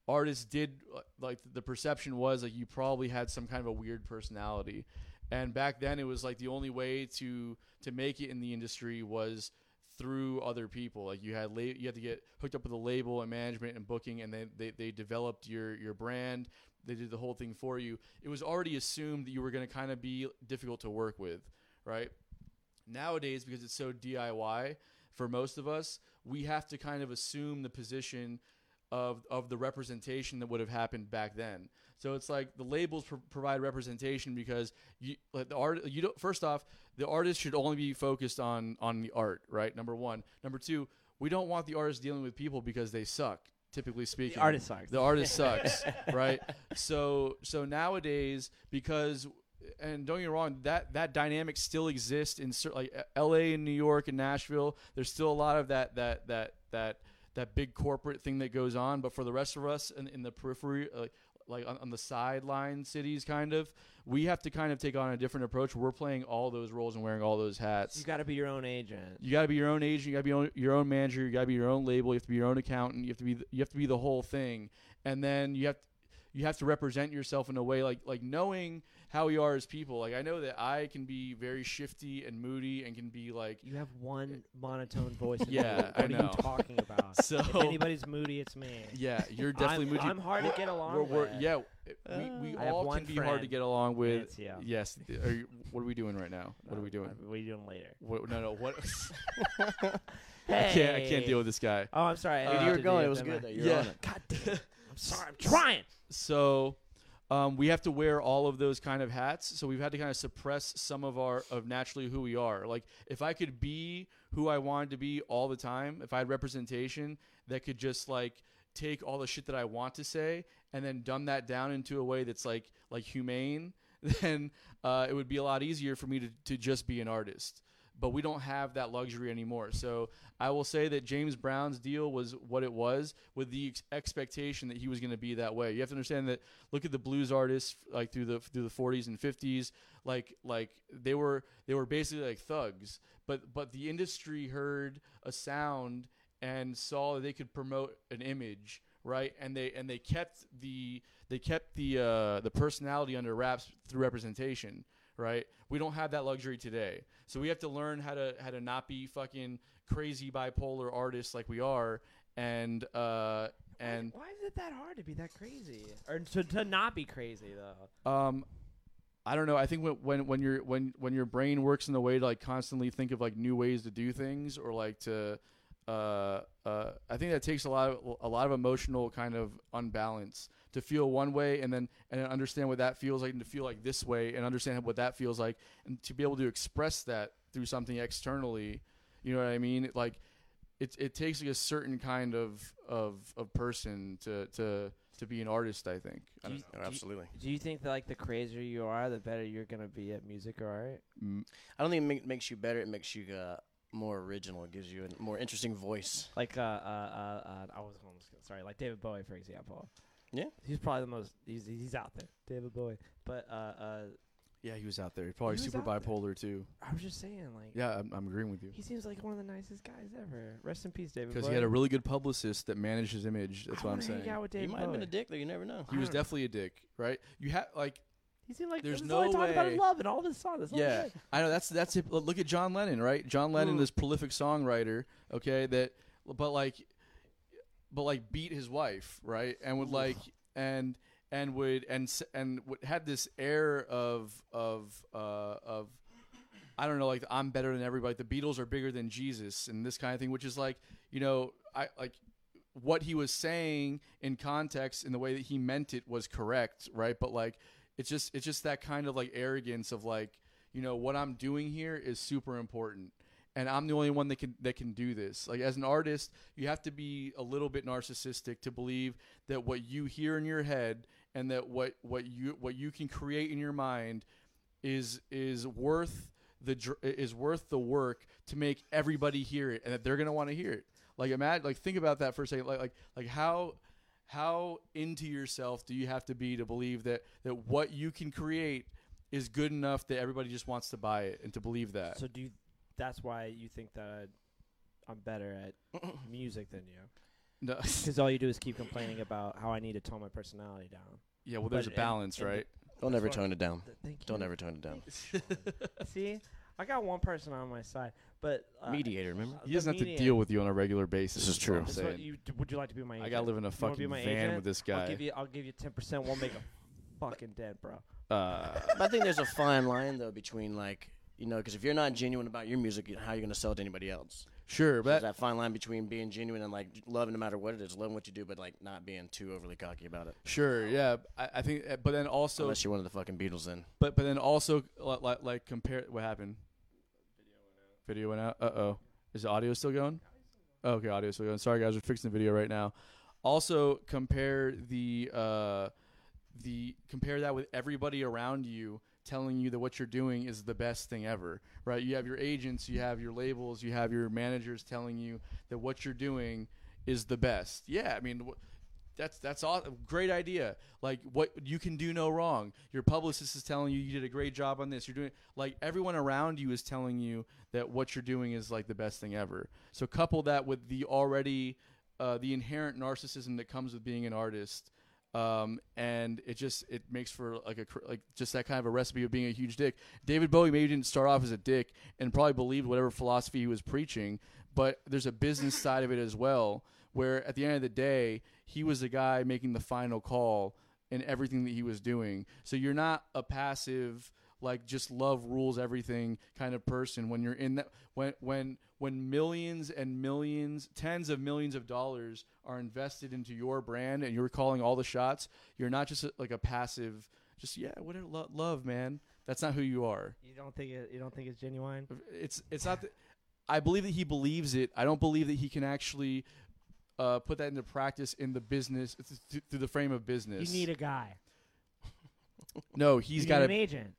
S1: artists did li- like the perception was like you probably had some kind of a weird personality, and back then it was like the only way to to make it in the industry was through other people like you had la- you had to get hooked up with a label and management and booking and then they, they developed your your brand they did the whole thing for you it was already assumed that you were going to kind of be difficult to work with right nowadays because it's so diy for most of us we have to kind of assume the position of of the representation that would have happened back then so it's like the labels pro- provide representation because you like the art you don't first off the artist should only be focused on on the art right number one number two we don't want the artist dealing with people because they suck typically speaking
S3: artist sucks.
S1: the artist sucks right so so nowadays because and don't get me wrong that that dynamic still exists in cer- like uh, la and new york and nashville there's still a lot of that that that that that big corporate thing that goes on but for the rest of us in, in the periphery like like on, on the sideline cities kind of we have to kind of take on a different approach we're playing all those roles and wearing all those hats
S4: You got to be your own agent.
S1: you got to be your own agent. You got to be own, your own manager. You got to be your own label. You have to be your own accountant. You have to be th- you have to be the whole thing. And then you have to, you have to represent yourself in a way like like knowing how we are as people. Like I know that I can be very shifty and moody and can be like
S3: You have one monotone voice. in
S1: Yeah,
S3: the
S1: I
S3: world. what are
S1: know.
S3: you talking about?
S1: so.
S3: if anybody's moody, it's me.
S1: yeah, you're definitely
S3: I'm,
S1: moody.
S3: I'm hard to get along
S1: we're, we're,
S3: with.
S1: yeah, we, we
S3: I have
S1: all can
S3: one
S1: be hard to
S3: friend,
S1: get along with.
S3: it's you.
S1: Yes. th- Are you, what are we doing right now? What are we doing?
S3: What are you doing later?
S1: What, no, no. What? I can't. I can't deal with this guy.
S3: Oh, I'm sorry. I
S1: Dude,
S2: Dude,
S1: Uh,
S2: you were
S3: interrupted
S2: going. It
S3: you,
S2: was
S3: didn't I?
S2: good. Though. You were
S1: Yeah.
S2: on it.
S3: God damn. it. I'm sorry. I'm trying.
S1: so um, we have to wear all of those kind of hats so we've had to kind of suppress some of our of naturally who we are like if i could be who i wanted to be all the time if i had representation that could just like take all the shit that i want to say and then dumb that down into a way that's like like humane then uh, it would be a lot easier for me to, to just be an artist but we don't have that luxury anymore. So I will say that James Brown's deal was what it was with the ex- expectation that he was going to be that way. You have to understand that look at the blues artists like through the through the 40s and 50s like like they were they were basically like thugs, but but the industry heard a sound and saw that they could promote an image, right? And they and they kept the they kept the uh, the personality under wraps through representation right? We don't have that luxury today. So we have to learn how to how to not be fucking crazy bipolar artists like we are and uh and
S4: why is it that hard to be that crazy, or to, to not be crazy though?
S1: um I don't know. I think when when when your when when your brain works in the way to like constantly think of like new ways to do things or like to uh, uh, I think that takes a lot of a lot of emotional kind of unbalance to feel one way and then and then understand what that feels like and to feel like this way and understand what that feels like and to be able to express that through something externally, you know what I mean? It, like it it takes like a certain kind of of of person to to to be an artist. I think. I
S4: Do
S1: don't
S4: you-
S1: know.
S2: Oh, absolutely.
S4: Do you think that like the crazier you are, the better you're gonna be at music or art?
S1: Mm,
S2: I don't think it make, makes you better. It makes you uh, more original. It gives you a more interesting voice.
S4: Like uh uh uh, uh I was going
S3: songs. Sorry, like David Bowie, for example.
S2: Yeah.
S3: he's probably the most. He's he's out there, David Bowie. But uh, uh,
S1: Yeah, he was out there. Probably
S3: He was
S1: super
S3: out there.
S1: bipolar too.
S3: I was just saying, like,
S1: Yeah, I'm, I'm agreeing with you.
S3: he seems like one of the nicest guys ever. Rest in peace, David.
S1: Because he had a really good publicist that managed his image. That's what I'm saying.
S3: Hang out with
S2: He
S3: David
S2: might have been a
S3: Bowie.
S2: dick, though. You never know.
S1: He was
S3: I don't-
S1: definitely a dick, right? You have like,
S3: He seemed like
S1: There's
S3: this is all he
S1: no
S3: talked about is
S1: way-
S3: love and all of his songs. That's all he
S1: yeah.
S3: did.
S1: I know that's that's it. Look at John Lennon, right? John Lennon,
S3: Mm.
S1: this prolific songwriter, okay, that, but like, but like beat his wife, right? And would like and and would and s- and would, had this air of of uh of. I don't know, like I'm better than everybody. The Beatles are bigger than Jesus, and this kind of thing, which is like, you know, I like what he was saying in context in the way that he meant it was correct right but like it's just it's just that kind of like arrogance of like you know what i'm doing here is super important and i'm the only one that can that can do this like as an artist you have to be a little bit narcissistic to believe that what you hear in your head and that what what you what you can create in your mind is is worth the dr- is worth the work to make everybody hear it and that they're going to want to hear it like imagine like think about that for a second like like like how how into yourself do you have to be to believe that that what you can create is good enough that everybody just wants to buy it and to believe that
S3: So do you, that's why you think that I'm better at music than you?
S1: no,
S3: Because all you do is keep complaining about how I need to tone my personality down.
S1: yeah well there's
S3: But
S1: a
S3: in-
S1: balance
S3: in the-
S1: right
S2: Don't ever tone it down.
S3: Th- Thank you.
S2: Don't ever tone it down.
S3: See, I got one person on my side, but uh,
S2: Mediator, remember?
S3: uh,
S1: he
S3: the
S1: doesn't have to
S3: median-
S1: deal with you on a regular basis
S2: This is
S1: what
S2: true.
S1: I'm
S3: That's what
S1: saying.
S3: you, d- would you like to be my? Agent?
S1: i got to live in a
S3: You wanna be
S1: fucking
S3: my
S1: van
S3: agent?
S1: with this
S3: I'll give
S1: guy
S3: you. I'll give you ten percent. We'll make a fucking dent, bro.
S1: uh,
S2: But I think there's a fine line though between like you know because if you're not genuine about your music, you- how are you going to sell it to anybody else?
S1: sure but
S2: There's that fine line between being genuine and like loving no matter what it is, loving what you do, but like not being too overly cocky about it.
S1: sure yeah I, I think but then also
S2: Unless you're one of the fucking Beatles, then
S1: But but then also like like, like compare what happened. Video went out. Uh oh. Is the audio still going? Okay, audio still going. Sorry guys, we're fixing the video right now. Also compare the uh the compare that with everybody around you telling you that what you're doing is the best thing ever, right? You have your agents, you have your labels, you have your managers telling you that what you're doing is the best. Yeah, I mean, wh- that's that's awesome. Great idea. Like what you can do no wrong. Your publicist is telling you you did a great job on this. You're doing like everyone around you is telling you that what you're doing is like the best thing ever. So couple that with the already uh, the inherent narcissism that comes with being an artist, um, and it just it makes for like a cr- like just that kind of a recipe of being a huge dick. David Bowie maybe didn't start off as a dick and probably believed whatever philosophy he was preaching, but there's a business side of it as well where at the end of the day he was the guy making the final call in everything that he was doing so you're not a passive like just love rules everything kind of person when you're in that when when when millions and millions tens of millions of dollars are invested into your brand and you're calling all the shots you're not just like a passive just yeah whatever lo- love man that's not who you are
S3: You don't think it, you don't think it's genuine?
S1: it's it's not. That, I believe that he believes it. I don't believe that he can actually uh, put that into practice in the business th- th- through the frame of business.
S3: You need a guy.
S1: no, he's got
S3: an
S1: to.
S3: agent.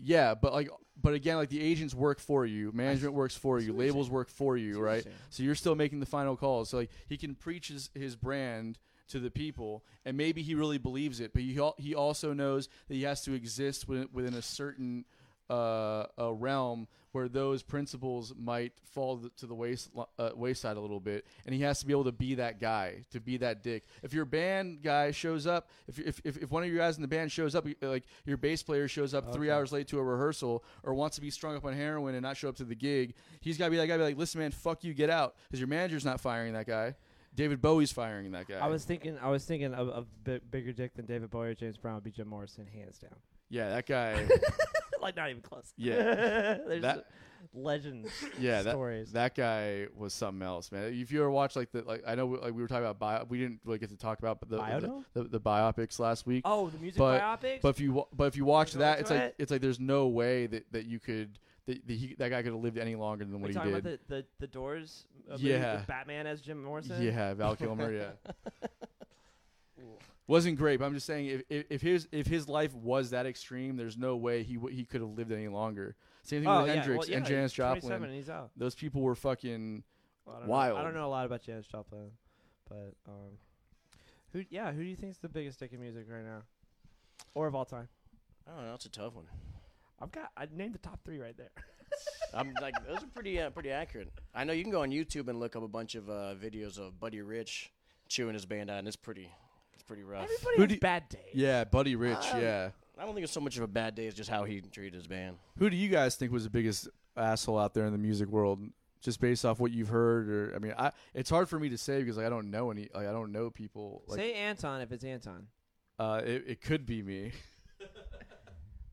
S1: Yeah, but like, but again, like the agents work for you, management works for you, labels work for you, right? So you're still making the final calls. So like, he can preach his, his brand to the people, and maybe he really believes it, but he al- he also knows that he has to exist within, within a certain uh, a realm where those principles might fall th- to the waist, uh, wayside a little bit, and he has to be able to be that guy, to be that dick. If your band guy shows up, if if if, if one of you guys in the band shows up, you- like your bass player shows up three hours late to a rehearsal, or wants to be strung up on heroin and not show up to the gig, he's got to be that guy. Be like, listen, man, fuck you, get out, because your manager's not firing that guy. David Bowie's firing that guy.
S3: I was thinking. I was thinking of, of bi- bigger dick than David Bowie or James Brown would be Jim Morrison, hands down.
S1: yeah, that guy.
S3: like not even close.
S1: Yeah.
S3: There's
S1: That-
S3: legend
S1: yeah, that,
S3: stories.
S1: That guy was something else, man. If you ever watch like the like, I know like we were talking about bio, we didn't really get to talk about but the
S3: Biodome?
S1: the, the, the biopics last week.
S3: oh, the music
S1: but-
S3: biopics.
S1: But if you wa- but if you watch
S3: Go
S1: that,
S3: to
S1: it's like
S3: it.
S1: it's like there's no way that, that you could that that, he, that guy could have lived any longer than
S4: Are
S1: what
S4: you
S1: he
S4: talking
S1: did.
S4: about the, the, the Doors?
S3: Uh, maybe with
S1: yeah.
S3: Batman as Jim Morrison.
S1: Yeah, Val Kilmer. Yeah, wasn't great. But I'm just saying, if, if if his if his life was that extreme, there's no way he w- he could have lived any longer. Same thing
S3: Oh
S1: with
S3: yeah,
S1: Hendrix
S3: well, yeah,
S1: and
S3: he's
S1: Janis
S3: 27
S1: Joplin.
S3: and he's out.
S1: Those people were fucking
S3: Well, I don't know-
S1: Wild.
S3: I don't know a lot about Janis Joplin, But um, who? Yeah, who do you think's the biggest dick in music right now, or of all time?
S2: I don't know. It's a tough one.
S3: I've got. I named the top three right there.
S2: I'm like those are pretty uh, pretty accurate. I know you can go on YouTube and look up a bunch of uh, videos of Buddy Rich chewing his band out, and it's pretty it's pretty rough.
S4: Everybody
S1: Who
S4: has
S1: do you-
S4: bad days.
S1: Yeah, Buddy Rich.
S2: Uh,
S1: yeah.
S2: I don't think it's so much of a bad day. It's just how he treated his band.
S1: Who do you guys think was the biggest asshole out there in the music world? Just based off what you've heard, or I mean, I it's hard for me to say because like, I don't know any, like I don't know people. Like,
S4: Say Anton if it's Anton.
S1: uh, it, it could be me.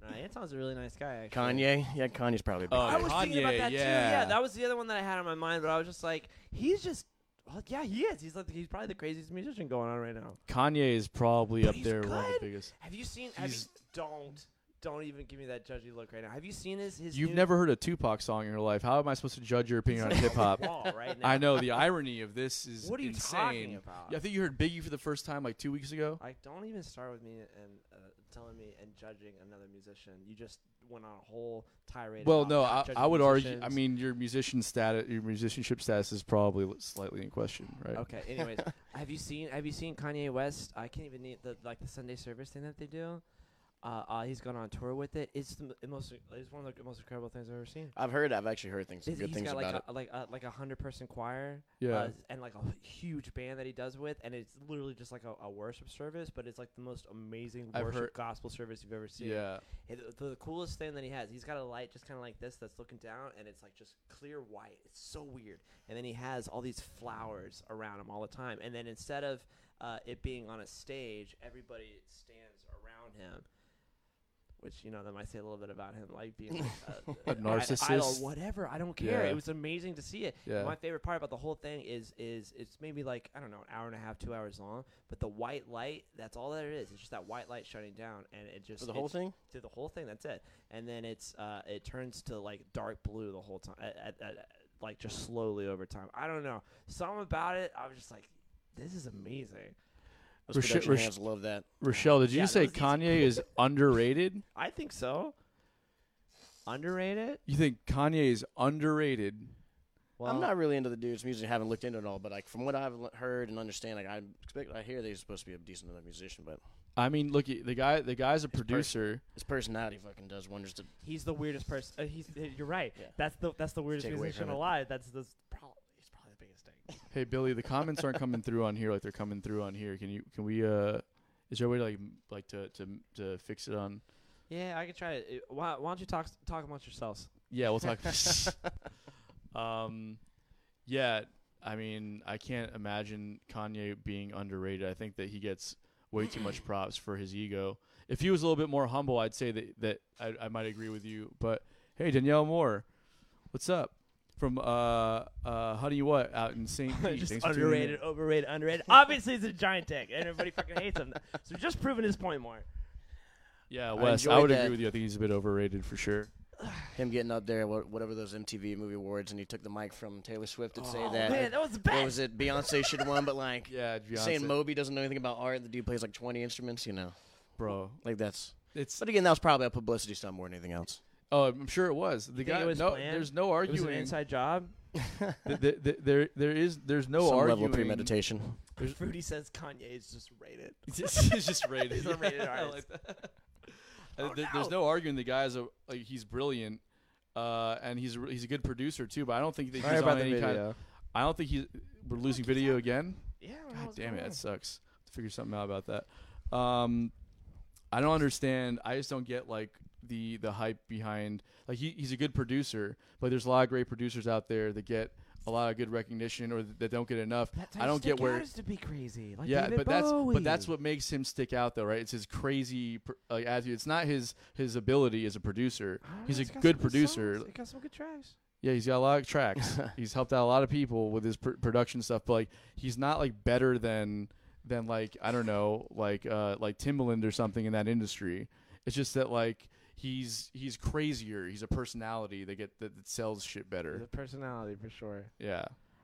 S4: Nah, Anton's a really nice guy. Actually.
S2: Kanye, yeah, Kanye's probably. a big
S1: Oh,
S4: I
S2: guy.
S1: yeah.
S4: was thinking about
S1: Kanye,
S4: that too.
S1: yeah.
S4: Yeah, that was the other one that I had on my mind, but I was just like, he's just, well, yeah, he is. He's like, he's probably the craziest musician going on right now.
S1: Kanye is probably
S4: But
S1: up
S4: he's
S1: there one of the
S4: good.
S1: biggest.
S4: Have you seen? Have you,
S1: He's-
S4: don't, don't even give me that judgy look right now. Have you seen his? his
S1: You've
S4: new-
S1: never heard a Tupac song in your life. How am I supposed to judge your
S4: he's
S1: opinion on
S4: like
S1: hip hop?
S4: on the wall right now.
S1: I know the irony of this is
S4: What are you
S1: insane.
S4: talking about?
S1: Yeah, I think you heard Biggie for the first time like two weeks ago.
S4: Like, don't even start with me and uh, telling me and judging another musician. You just went on a whole tirade.
S1: Well,
S4: about
S1: no,
S4: not
S1: I,
S4: judging
S1: I would argue. I
S4: musicians.
S1: mean, your musician status, your musicianship status is probably slightly in question, right?
S4: Okay. Anyways, have you seen Have you seen Kanye West? I can't even name the like the Sunday service thing that they do. Uh, uh, he's gone on tour with it. It's the m- the most. It's one of the most incredible things I've ever seen.
S2: I've heard. I've actually heard things,
S4: He's
S2: good
S4: he's
S2: things
S4: got
S2: about
S4: like
S2: it.
S4: a, like a, like a hundred person choir,
S1: Yeah.
S4: uh, and like a huge band that he does with, and it's literally just like a, a worship service, but it's like the most amazing
S1: I've
S4: worship
S1: heard-
S4: gospel service you've ever seen.
S1: yeah.
S4: It- the, the coolest thing that he has, he's got a light just kind of like this that's looking down, and it's like just clear white. It's so weird. And then he has all these flowers around him all the time. And then instead of uh, it being on a stage, everybody stands around him. Which you know that might say a little bit about him, like being like, a, uh,
S1: A
S4: an idol,
S1: narcissist.
S4: whatever. I don't care.
S1: Yeah.
S4: It was amazing to see it.
S1: Yeah.
S4: My favorite part about the whole thing is is it's maybe like I don't know an hour and a half, two hours long, but the white light. That's all that it is. It's just that white light shutting down, and it just
S2: For the whole
S4: it's-
S2: thing,
S4: through the whole thing. That's it. And then it's uh, it turns to like dark blue the whole time, at, at, at, at- like just slowly over time. I don't know. Something about it, I was just like, this is amazing.
S2: those
S1: Rash-
S2: production
S1: Rash-
S2: hands love that.
S1: Rochelle, did you
S4: Yeah,
S1: say
S4: that was easy.
S1: Kanye is underrated?
S4: I think so. Underrated.
S1: You think Kanye is underrated?
S4: Well,
S2: I'm not really into the dude's music. Haven't looked into it all, but like from what I've l- heard and understand, like I expect, I hear that he's supposed to be a decent enough musician, but
S1: I mean, look, the guy, the guy's a
S2: He's
S1: producer.
S2: his personality fucking does wonders to
S3: He's the weirdest person. Uh, he's. uh, You're right.
S2: Yeah.
S3: That's the that's the weirdest
S2: take away
S3: musician
S2: from it.
S3: alive. That's the probably he's probably the biggest thing.
S1: Hey, Billy, the comments aren't coming through on here like they're coming through on here. Can you? Can we? Uh, is there a way to like, m- like to to to fix it on?
S4: yeah, I could try it. Uh, Why, why don't you talk talk amongst yourselves?
S1: Yeah, we'll talk. um, yeah, I mean, I can't imagine Kanye being underrated. I think that he gets way too much props for his ego. If he was a little bit more humble, I'd say that that I, I might agree with you. But hey, Danielle Moore, what's up from uh uh Honey What out in St. Pete?
S3: just
S1: Thanks for tuning in.
S3: underrated, overrated, underrated. Obviously, he's a giant dick, and everybody fucking hates him. So just proving his point more.
S1: Yeah,
S2: I
S1: Wes, I,
S2: enjoyed
S1: would
S2: that.
S1: agree with you. I think he's a bit overrated for sure.
S2: him getting up there, wha- whatever those MTV Movie Awards, and he took the mic from Taylor Swift and say
S3: Oh,
S2: that.
S3: man, that was the
S2: what
S3: best.
S2: was it? Beyonce should have won, but like
S1: Yeah,
S2: saying
S1: Beyonce.
S2: Moby doesn't know anything about art. The dude plays like 20 instruments, you know,
S1: bro,
S2: like that's.
S1: it's
S2: But again, that was probably a publicity stunt more than anything else.
S1: oh, I'm sure it was. The
S4: think
S1: guy,
S4: it was
S1: no,
S4: planned?
S1: there's no
S4: It was an
S1: arguing.
S4: inside job.
S1: th- th- th- there, there is, there's no
S2: Some
S1: arguing.
S2: level of premeditation.
S1: There's-
S4: Fruity says Kanye is just rated.
S1: It's just, it's just rated.
S4: He's a rated artist.
S1: Uh, there- There's no arguing the guy's a like, he's brilliant, uh, and he's a re- he's a good producer too. But I don't think that he's
S3: Sorry about
S1: on
S3: the
S1: any kind.
S3: video.
S1: I don't think he's. We're losing video again.
S3: Yeah.
S1: God damn it, that sucks. Figure something out about that. Um, I don't understand. I just don't get like the the hype behind. Like he, he's a good producer, but there's a lot of great producers out there that get a lot of good recognition or that don't get enough. I don't get where
S4: to be crazy. Like
S1: yeah, but that's but that's what makes him stick out, though, right? It's his crazy pr- like attitude. It's not his his ability as a producer. He's a good producer.
S4: got some good tracks.
S1: Yeah, he's got a lot of tracks. he's helped out a lot of people with his pr- production stuff, but like he's not like better than than like I don't know, like uh like Timbaland or something in that industry. It's just that like he's he's crazier. He's a personality that get that, that sells shit
S4: The
S1: better.
S4: personality for sure.
S1: Yeah.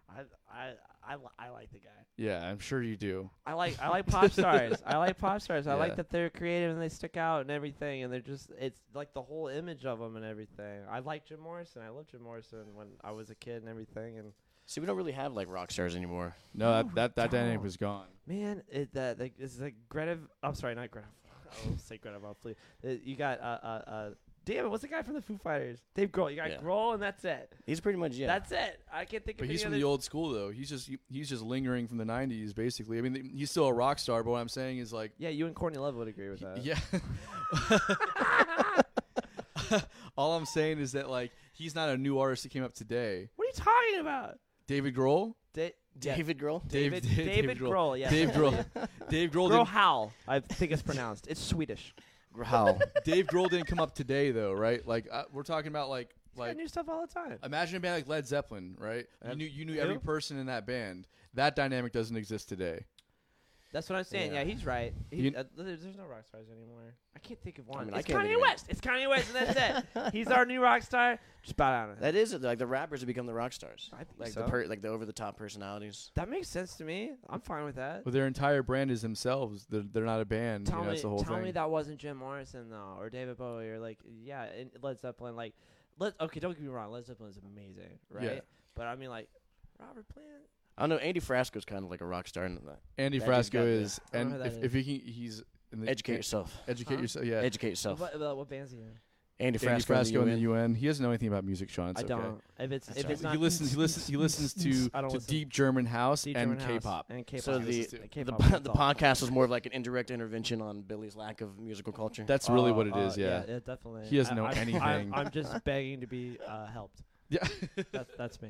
S3: I I I, li- I like the guy.
S1: Yeah, I'm sure you do.
S4: I like I like pop stars. I like pop stars. I
S1: Yeah.
S4: like that they're creative and they stick out and everything. And they're just it's like the whole image of them and everything. I like Jim Morrison. I love Jim Morrison when I was a kid and everything. And
S2: See, we don't really have like rock stars anymore.
S1: No,
S4: No,
S1: that that, that
S4: don't.
S1: dynamic was gone.
S4: Man, it, that like
S3: It's like Greta. I'm sorry, not Greta. I will say Greta Van Fleet. Uh, You got uh uh uh. Damn it! What's the guy from the Foo Fighters? Dave Grohl. You got
S2: Yeah.
S3: Grohl, and that's it.
S2: He's pretty much yeah.
S3: That's it. I can't think
S1: But
S3: of
S1: he's
S3: any
S1: from
S3: other-
S1: the old school though. He's just he- he's just lingering from the '90s, basically. I mean, th- he's still a rock star, but what I'm saying is like,
S3: Yeah, you and Courtney Love would agree with that.
S1: yeah. All I'm saying is that like he's not a new artist that came up today.
S3: What are you talking about?
S1: David Grohl,
S3: Da- yeah,
S2: David Grohl.
S3: David, David, Grohl. Yeah,
S1: Dave Grohl, Dave Grohl,
S3: Grohl
S1: didn't,
S3: Howl. I think it's pronounced. It's Swedish.
S2: Grohl.
S1: Dave Grohl didn't come up today though, right? Like uh, we're talking about like
S3: Like,
S1: like
S3: new stuff all the time.
S1: imagine a band like Led Zeppelin, right? You
S3: Yep.
S1: knew you knew every
S3: Who?
S1: person in that band. That dynamic doesn't exist today.
S3: That's what I'm saying.
S2: Yeah.
S3: Yeah, he's right. He-
S1: You-
S3: uh, there's there's no rock stars anymore. I can't think of one.
S2: mean, I
S3: it's
S2: can't think
S3: Kanye
S2: of any.
S3: West. It's Kanye West, and that's it. He's our new rock star. Just bow down. to him.
S2: that is it. Like the rappers have become the rock stars.
S3: I think
S2: Like
S3: so.
S2: the per- like the over the top personalities.
S3: that makes sense to me. I'm fine with that.
S1: Well, their entire brand is themselves. They're, they're not a band.
S4: tell
S1: you know,
S4: me
S1: that's the whole
S4: tell
S1: thing.
S4: me that wasn't Jim Morrison though, or David Bowie, or like yeah, and Led Zeppelin. Like, let okay, don't get me wrong, Led Zeppelin is amazing, right?
S1: Yeah.
S4: But I mean, like Robert Plant.
S2: I don't know. Andy Frasco's kind of like a rock star. uh, In that.
S1: Andy
S2: That dude's
S1: Frasco
S2: got the-
S1: is,
S4: I don't know
S1: and
S4: who that
S1: if, if he can, he's in the,
S2: Educate yourself.
S1: Educate
S4: Huh?
S1: yourself. Yeah,
S2: Educate yourself.
S4: What, uh, what band's he in?
S2: Andy
S1: Andy
S2: Frasco.
S1: Frasco in the
S2: UN.
S1: UN. He doesn't know anything about music, Sean. It's
S4: I
S1: okay.
S4: don't. If it's
S2: That's
S4: if
S2: all
S4: it's
S1: He
S4: not
S1: listens. He listens. He listens to,
S3: I
S1: to
S3: don't listen.
S1: deep German house
S3: Deep
S1: and
S3: German house
S1: K-pop.
S4: and K-pop.
S2: So the
S1: listens to-
S2: the,
S4: K-pop,
S2: po-
S4: that's
S2: the
S4: all.
S2: podcast was more of like an indirect intervention on Billy's lack of musical culture.
S1: That's really
S3: Uh,
S1: what it
S3: uh,
S1: is. yeah.
S4: yeah, definitely.
S1: He doesn't know
S3: I- I'm-
S1: anything.
S3: I'm, I'm just begging to be uh, helped.
S1: yeah.
S4: that's that's me.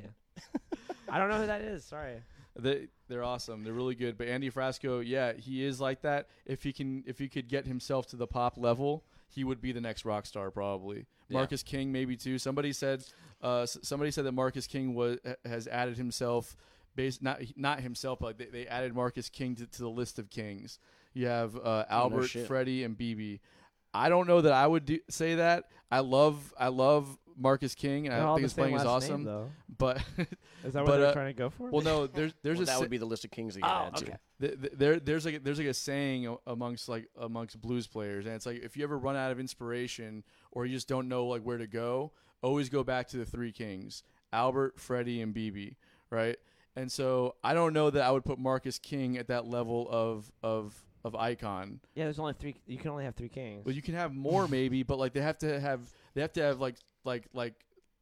S3: I don't know who that is. Sorry.
S1: They they're awesome. They're really good. But Andy Frasco, yeah, he is like that. If he can, if he could get himself to the pop level, he would be the next rock star probably.
S2: Yeah.
S1: Marcus King maybe too. Somebody said, uh, s- somebody said that Marcus King was has added himself, based not not himself, but like they, they added Marcus King to, to the list of kings. You
S3: Oh,
S1: have uh, Albert,
S2: shit.
S1: Freddie, and BB. I don't know that I would do, say that. I love I love Marcus King, and
S3: They're
S1: I
S3: all
S1: think
S3: the
S1: his
S3: same
S1: playing is
S3: last name,
S1: awesome.
S3: though.
S1: but
S3: Is that
S1: But,
S3: what they're
S1: uh,
S3: trying to go for?
S1: well, no, there's there's
S2: Well,
S1: a
S2: that
S1: si- Oh,
S2: would be the list of kings that you add to.
S1: th- th- there there's like a- there's like a saying a- amongst like amongst blues players and it's like if you ever run out of inspiration or you just don't know like where to go always go back to the three kings albert freddie and bb right and so i don't know that i would put marcus king at that level of of of icon
S3: Yeah, there's only three. You can only have three kings.
S1: well you can have more maybe but like they have to have they have to have like like like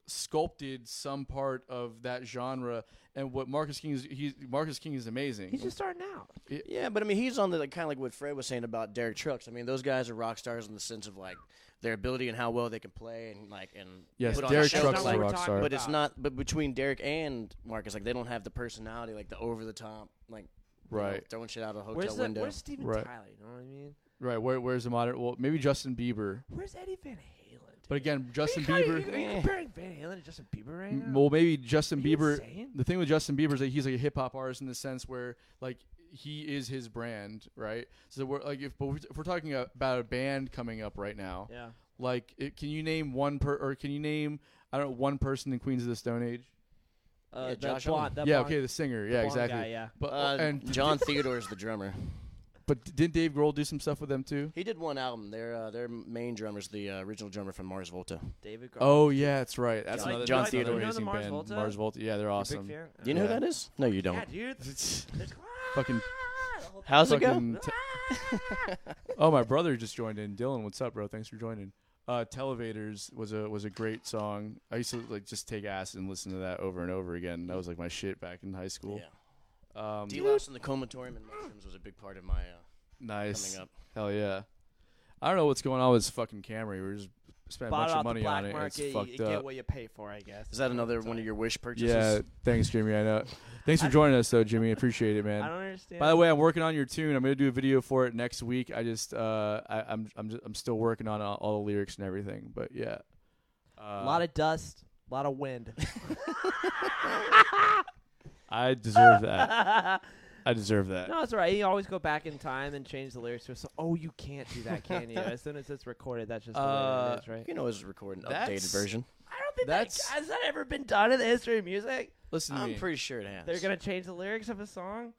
S1: sculpted some part of that genre and what marcus king is he's marcus king is amazing
S3: He's just starting out.
S2: Yeah, but I mean, he's on the like, kind of like what Fred was saying about Derek Trucks. I mean, those guys are rock stars in the sense of like their ability and how well they can play and like and
S1: yes
S2: put on
S1: derek
S2: shows.
S1: trucks is
S2: Like,
S1: a rock star
S2: But it's not. But between Derek and Marcus, like they don't have the personality, like the over the top, like you know,
S1: Right.
S2: throwing shit out of a hotel
S4: Where's the,
S2: window.
S4: Where's Steven
S1: Right.
S4: Tyler? You know what I mean?
S1: Right. Where, where's the modern? Well, maybe Justin Bieber.
S4: Where's Eddie Van Halen? Dude?
S1: But again, Justin
S4: Are you- are you-
S1: Bieber.
S4: Are you
S2: Eh.
S4: comparing Van Halen to Justin Bieber right
S1: m-
S4: now?
S1: Well, maybe Justin
S4: Are you
S1: Bieber.
S4: insane?
S1: The thing with Justin Bieber is that he's like a hip hop artist in the sense where like he is his brand, right? So we're like if but we're- if we're talking about a band coming up right now,
S4: Yeah.
S1: like it, can you name one per or can you name I don't know one person in Queens of the Stone Age?
S4: Uh,
S2: Yeah,
S4: that
S2: Josh
S4: blonde, that
S1: yeah.
S4: blonde-
S1: okay, the singer.
S4: the
S1: yeah,
S4: blonde
S1: exactly.
S4: guy, yeah.
S1: But
S2: uh,
S1: Oh, and
S2: John Theodore is the drummer.
S1: but didn't Dave Grohl do some stuff with them too?
S2: He did one album. Their uh, their main drummer's the uh, original drummer from Mars Volta.
S4: David. Grohl.
S1: Oh yeah, that's right. That's
S4: John-
S1: another
S2: John
S1: that's another
S2: Theodore.
S4: You know the
S1: amazing
S4: Mars
S1: band.
S4: Volta?
S1: Mars Volta. Yeah, they're
S4: You a
S1: awesome.
S4: Big fan?
S2: Do you know
S1: Yeah.
S2: who that is? No, you don't.
S4: Yeah, dude. There's-
S1: Fucking-
S4: Ah, the whole
S2: How's it go?
S1: Fucking te- oh, my brother just joined in. Dylan, what's up, bro? Thanks for joining. Uh, Televators was a was a great song. I used to like just take acid and listen to that over and over again. That was like my shit back in high school.
S2: Yeah.
S1: Um,
S2: D-Louse and the Comatorium and mushrooms was a big part of my uh,
S1: nice.
S2: coming up.
S1: Hell yeah. I don't know what's going on with this fucking Camry. We're just spending a bunch
S3: Bought it
S1: of
S3: off
S1: money
S3: the black
S1: on it. and
S3: market.
S1: it's
S3: you
S1: fucked
S3: get
S1: up.
S3: what you pay for, I guess.
S2: Is that another one of your wish purchases?
S1: Yeah. Thanks, Jimmy. I know. Thanks for joining us, though, Jimmy. Appreciate it, man.
S3: I don't understand.
S1: By the way, I'm working on your tune. I'm gonna do a video for it next week. I just uh, I, I'm I'm just, I'm still working on all, all the lyrics and everything. But yeah, uh,
S3: a lot of dust, a lot of wind.
S1: I deserve that. I deserve that.
S3: No, it's all right. You always go back in time and change the lyrics to a song. Oh, you can't do that, can you? As soon as it's recorded, that's just the way
S1: Uh,
S3: it is, right?
S2: You can always record an
S1: That's-
S2: updated version.
S3: I don't think
S1: that's-
S3: that has that ever been done in the history of music.
S1: Listen to
S2: I'm
S1: me.
S2: pretty sure it has.
S3: They're gonna change the lyrics of a song.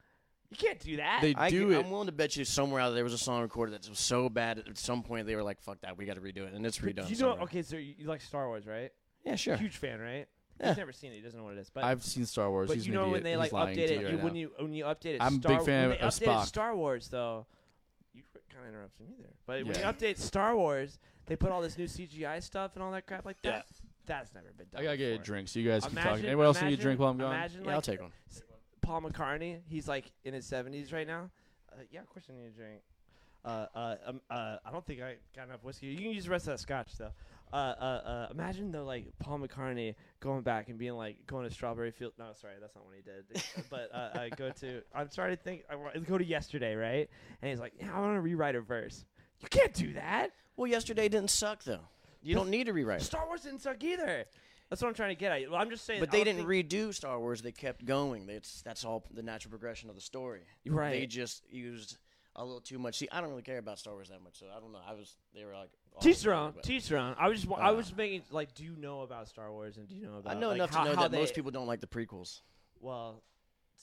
S3: You can't do that.
S1: they
S2: I
S1: do
S2: can-
S1: it.
S2: I'm willing to bet you somewhere out there, there was a song recorded that was so bad at some point they were like, "Fuck that, we got to redo it," and it's
S3: But
S2: redone.
S3: you know,
S2: somewhere.
S3: okay, so you, you like Star Wars, right?
S2: Yeah, sure.
S3: Huge fan, right?
S2: Yeah.
S4: He's never seen it. He doesn't know what it is. But
S1: I've seen Star Wars.
S4: but
S1: He's
S4: you
S1: an
S4: know when
S1: idiot.
S4: they
S1: He's
S4: like
S1: lying to
S4: update it,
S1: you
S4: you-
S1: right
S4: when
S1: now.
S4: you when you update it.
S1: I'm a
S4: Star,
S1: big fan
S4: when they
S1: of
S4: updated
S1: Spock.
S4: Star Wars though. You kind of interrupted me there. But when you
S1: Yeah.
S4: update Star Wars, they put all this new CGI stuff and all that crap like that.
S2: Yeah.
S4: That's never been done.
S1: I gotta get a
S4: before.
S1: drink, so you guys keep talking.
S4: Imagine-
S1: Anyone else need a
S4: imagine-
S1: drink while I'm gone?
S4: Imagine
S2: Yeah, I'll
S4: like
S2: take one.
S4: Paul McCartney. He's like in his seventies right now. Uh, yeah, of course I need a drink. Uh, uh, um, uh, I don't think I got enough whiskey. You can use the rest of that scotch though. Uh, uh, uh, imagine though, like Paul McCartney going back and being like going to Strawberry Field. No, sorry, that's not what he did. but uh, uh, go to. I'm sorry to think. I wa- go to yesterday, right? And he's like, yeah, I want to rewrite a verse. You can't do that.
S2: Well, yesterday didn't suck though. You don't need to rewrite.
S4: Star Wars didn't suck either. That's what I'm trying to get at. Well, I'm just saying.
S2: But
S4: I
S2: they
S4: don't
S2: didn't
S4: think-
S2: redo Star Wars. They kept going. That's that's all the natural progression of the story.
S4: Right.
S2: They just used a little too much. See, I don't really care about Star Wars that much, so I don't know. I was they were like all
S4: Teach their
S2: over
S4: own.
S2: it, but-
S4: Teach their own. I was just, wa- I
S2: Uh,
S4: was making like, do you know about Star Wars and do you know
S2: I
S4: about?
S2: know
S4: like,
S2: enough
S4: how-
S2: to know
S4: how
S2: that
S4: they-
S2: most people don't like the prequels.
S4: Well,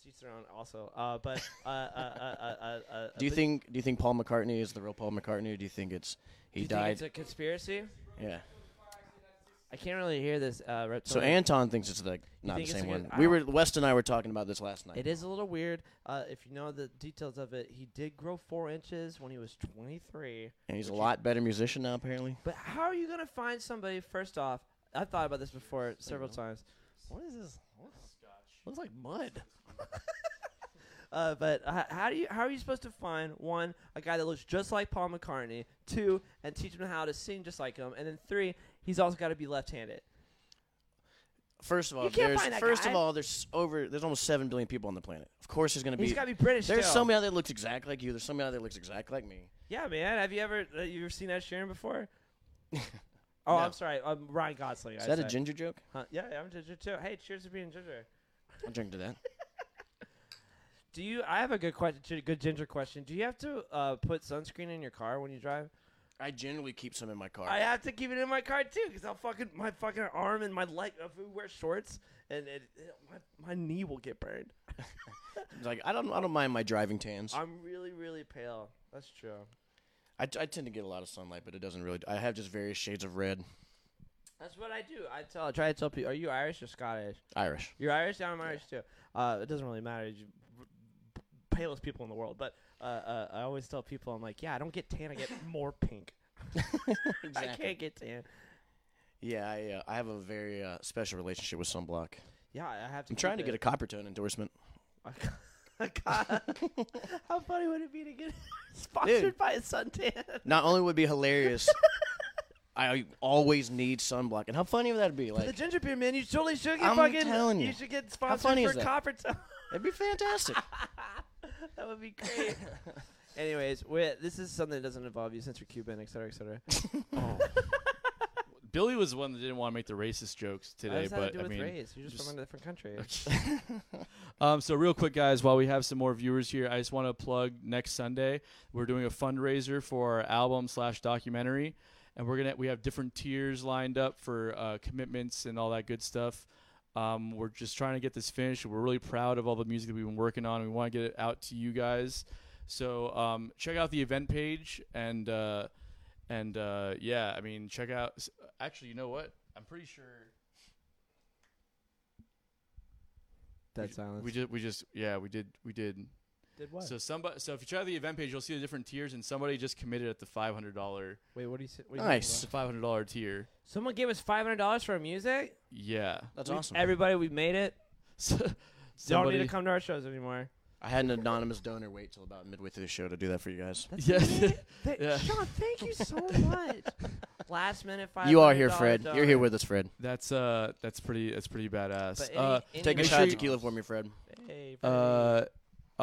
S4: teach their own also. Uh, but uh, uh, uh, uh, uh, uh,
S2: Do you
S4: but-
S2: think do you think Paul McCartney is the real Paul McCartney or do you think it's
S4: do
S2: he
S4: you
S2: died?
S4: Think it's a conspiracy.
S2: yeah.
S3: I can't really hear this. Uh, rep-
S2: So Anton thinks it's like not
S4: think
S2: the
S4: it's
S2: same
S4: a
S2: one.
S4: good-
S2: We
S4: I
S2: were West and I were talking about this last night.
S3: It is a little weird. Uh, if you know the details of it, he did grow four inches when he was 23.
S2: and he's a
S3: which is-
S2: lot better musician now apparently.
S3: But how are you gonna find somebody? First off, I've thought about this before several
S2: know.
S3: times.
S2: What is this? Looks like mud.
S3: Uh, but h- how do you how are you supposed to find one a guy that looks just like Paul McCartney? Two, and teach him how to sing just like him, and then three, he's also got to be left-handed.
S2: First of all,
S3: You can't
S2: there's
S3: find that
S2: first
S3: guy.
S2: of all, there's over there's almost seven billion people on the planet. Of course, there's gonna be
S3: He's got to be British.
S2: there's
S3: still.
S2: somebody out there that looks exactly like you. There's somebody out there that looks exactly like me.
S4: Yeah, man. Have you ever uh, you ever seen Ed Sheeran before? Oh,
S2: No.
S4: I'm sorry. Um, Ryan Gosling.
S2: Is
S4: I
S2: that a
S4: said.
S2: ginger joke?
S4: Huh? Yeah, I'm Ginger too. Hey, cheers to being Ginger.
S2: I'll drink to that.
S4: Do you? I have a good question. Good Ginger question. Do you have to uh, put sunscreen in your car when you drive?
S2: I generally keep some in my car.
S4: I have to keep it in my car too, because I'll fucking my fucking arm and my leg. If we wear shorts, and it, it- my my knee will get burned.
S2: It's like I don't I don't mind my driving tans. I,
S4: I'm really really pale. That's true.
S2: I tend to get a lot of sunlight, but it doesn't really. I have just various shades of red.
S3: That's what I do. I tell I try to tell people, are you Irish or Scottish?
S2: Irish.
S3: You're Irish. Yeah, I'm Irish too. Uh, it doesn't really matter. You,
S4: Palest people in the world, but uh, uh, I always tell people, I'm like, yeah, I don't get tan. I get more pink. I can't get tan.
S2: Yeah, I, uh, I have a very uh, special relationship with sunblock.
S4: Yeah, I have to.
S2: I'm trying to get a copper tone endorsement.
S4: a. How funny would it be to get sponsored
S2: Dude.
S4: by a suntan?
S2: Not only would it be hilarious, I always need sunblock. And how funny would that be?
S4: the
S2: Like
S4: ginger beer man, you totally should get
S2: I'm
S4: fucking.
S2: telling
S4: you.
S2: you.
S4: should get sponsored
S2: funny
S4: for
S2: is that?
S4: copper
S3: Oh,
S4: tone.
S2: it'd be fantastic.
S4: that would be great.
S3: anyways, we this is something that doesn't involve you since you're Cuban, et cetera, et cetera.
S1: Billy was the one that didn't want to make the racist jokes
S3: How
S1: today,
S3: does that have
S1: but
S3: to do
S1: I
S3: with
S1: mean,
S3: race? You're just,
S1: just-
S3: from a different country.
S1: Um, so real quick, guys, while we have some more viewers here, I just want to plug next Sunday. We're doing a fundraiser for our album slash documentary, and we're gonna we have different tiers lined up for uh, commitments and all that good stuff. Um, we're just trying to get this finished. We're really proud of all the music that we've been working on. We want to get it out to you guys. So um, check out the event page and uh, and uh, yeah, I mean check out. s- Actually, you know what? I'm pretty sure.
S3: Dead
S1: ju-
S3: silence.
S1: We just we just yeah we did we did
S4: Did what?
S1: so somebody, so if you check out the event page, you'll see the different tiers, and somebody just committed at the five hundred dollar,
S3: Wait, what do you say? What do you mean
S2: nice.
S1: five hundred dollar tier.
S3: Someone gave us five hundred dollars for our music.
S1: Yeah,
S2: That's
S3: We-
S2: awesome.
S3: Everybody, we made it.
S1: So-
S4: Don't
S1: somebody.
S4: need to come to our shows anymore.
S2: I had an anonymous donor wait till about midway through the show to do that for you guys.
S3: That's
S1: Yeah.
S3: amazing. Th-
S1: Yeah.
S3: Sean, thank you so much. Last minute five.
S2: You are here, Fred. You're here with us, Fred.
S1: that's uh, that's pretty. That's pretty badass.
S3: But any-
S1: uh,
S3: any
S2: Take a
S1: Make
S2: shot
S1: sure
S2: of
S1: you-
S2: tequila for me, Fred.
S3: Hey, Freddy.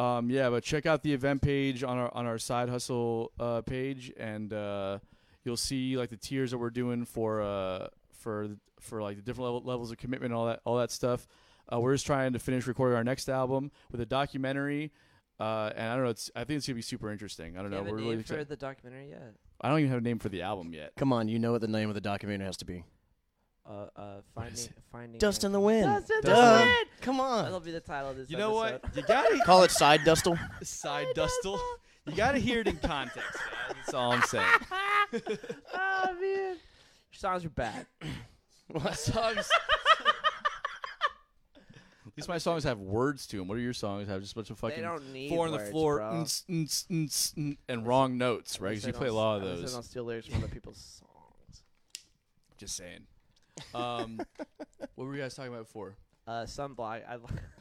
S1: uh, um, yeah, but check out the event page on our on our side hustle uh, page, and uh, you'll see like the tiers that we're doing for uh for for like the different level, levels of commitment, and all that all that stuff. Uh, we're just trying to finish recording our next album with a documentary. Uh, and I don't know. It's, I think it's gonna be super interesting. I don't
S3: Do you
S1: know.
S3: have a
S1: We're
S3: name
S1: really
S3: for
S1: excited.
S3: the documentary yet?
S1: I don't even have a name for the album yet.
S2: Come on, you know what the name of the documentary has to be.
S3: Uh, uh,
S1: is
S3: finding, finding
S2: Dust in the
S3: Nemo.
S2: Wind.
S3: Dust in the
S2: Duh.
S3: wind.
S2: Come on.
S3: That'll be the title of this.
S1: You know what?
S3: episode.
S1: You gotta
S2: Call it Side Dustle.
S1: side dustle. You gotta hear it in context. guys. That's all I'm saying.
S4: Ah,
S3: oh man, your songs are bad.
S1: Songs- These my songs have words to them. What are your songs have? Just a bunch of
S4: They
S1: fucking
S4: don't need
S1: four on the
S4: words,
S1: floor mm,
S4: bro.
S1: ns, ns, ns, ns, mm, and wrong notes, right? Because you play a lot of
S4: I
S1: those.
S4: don't steal lyrics from other people's songs.
S1: Just saying. Um, what were you guys talking about before?
S4: Uh, sunblock. I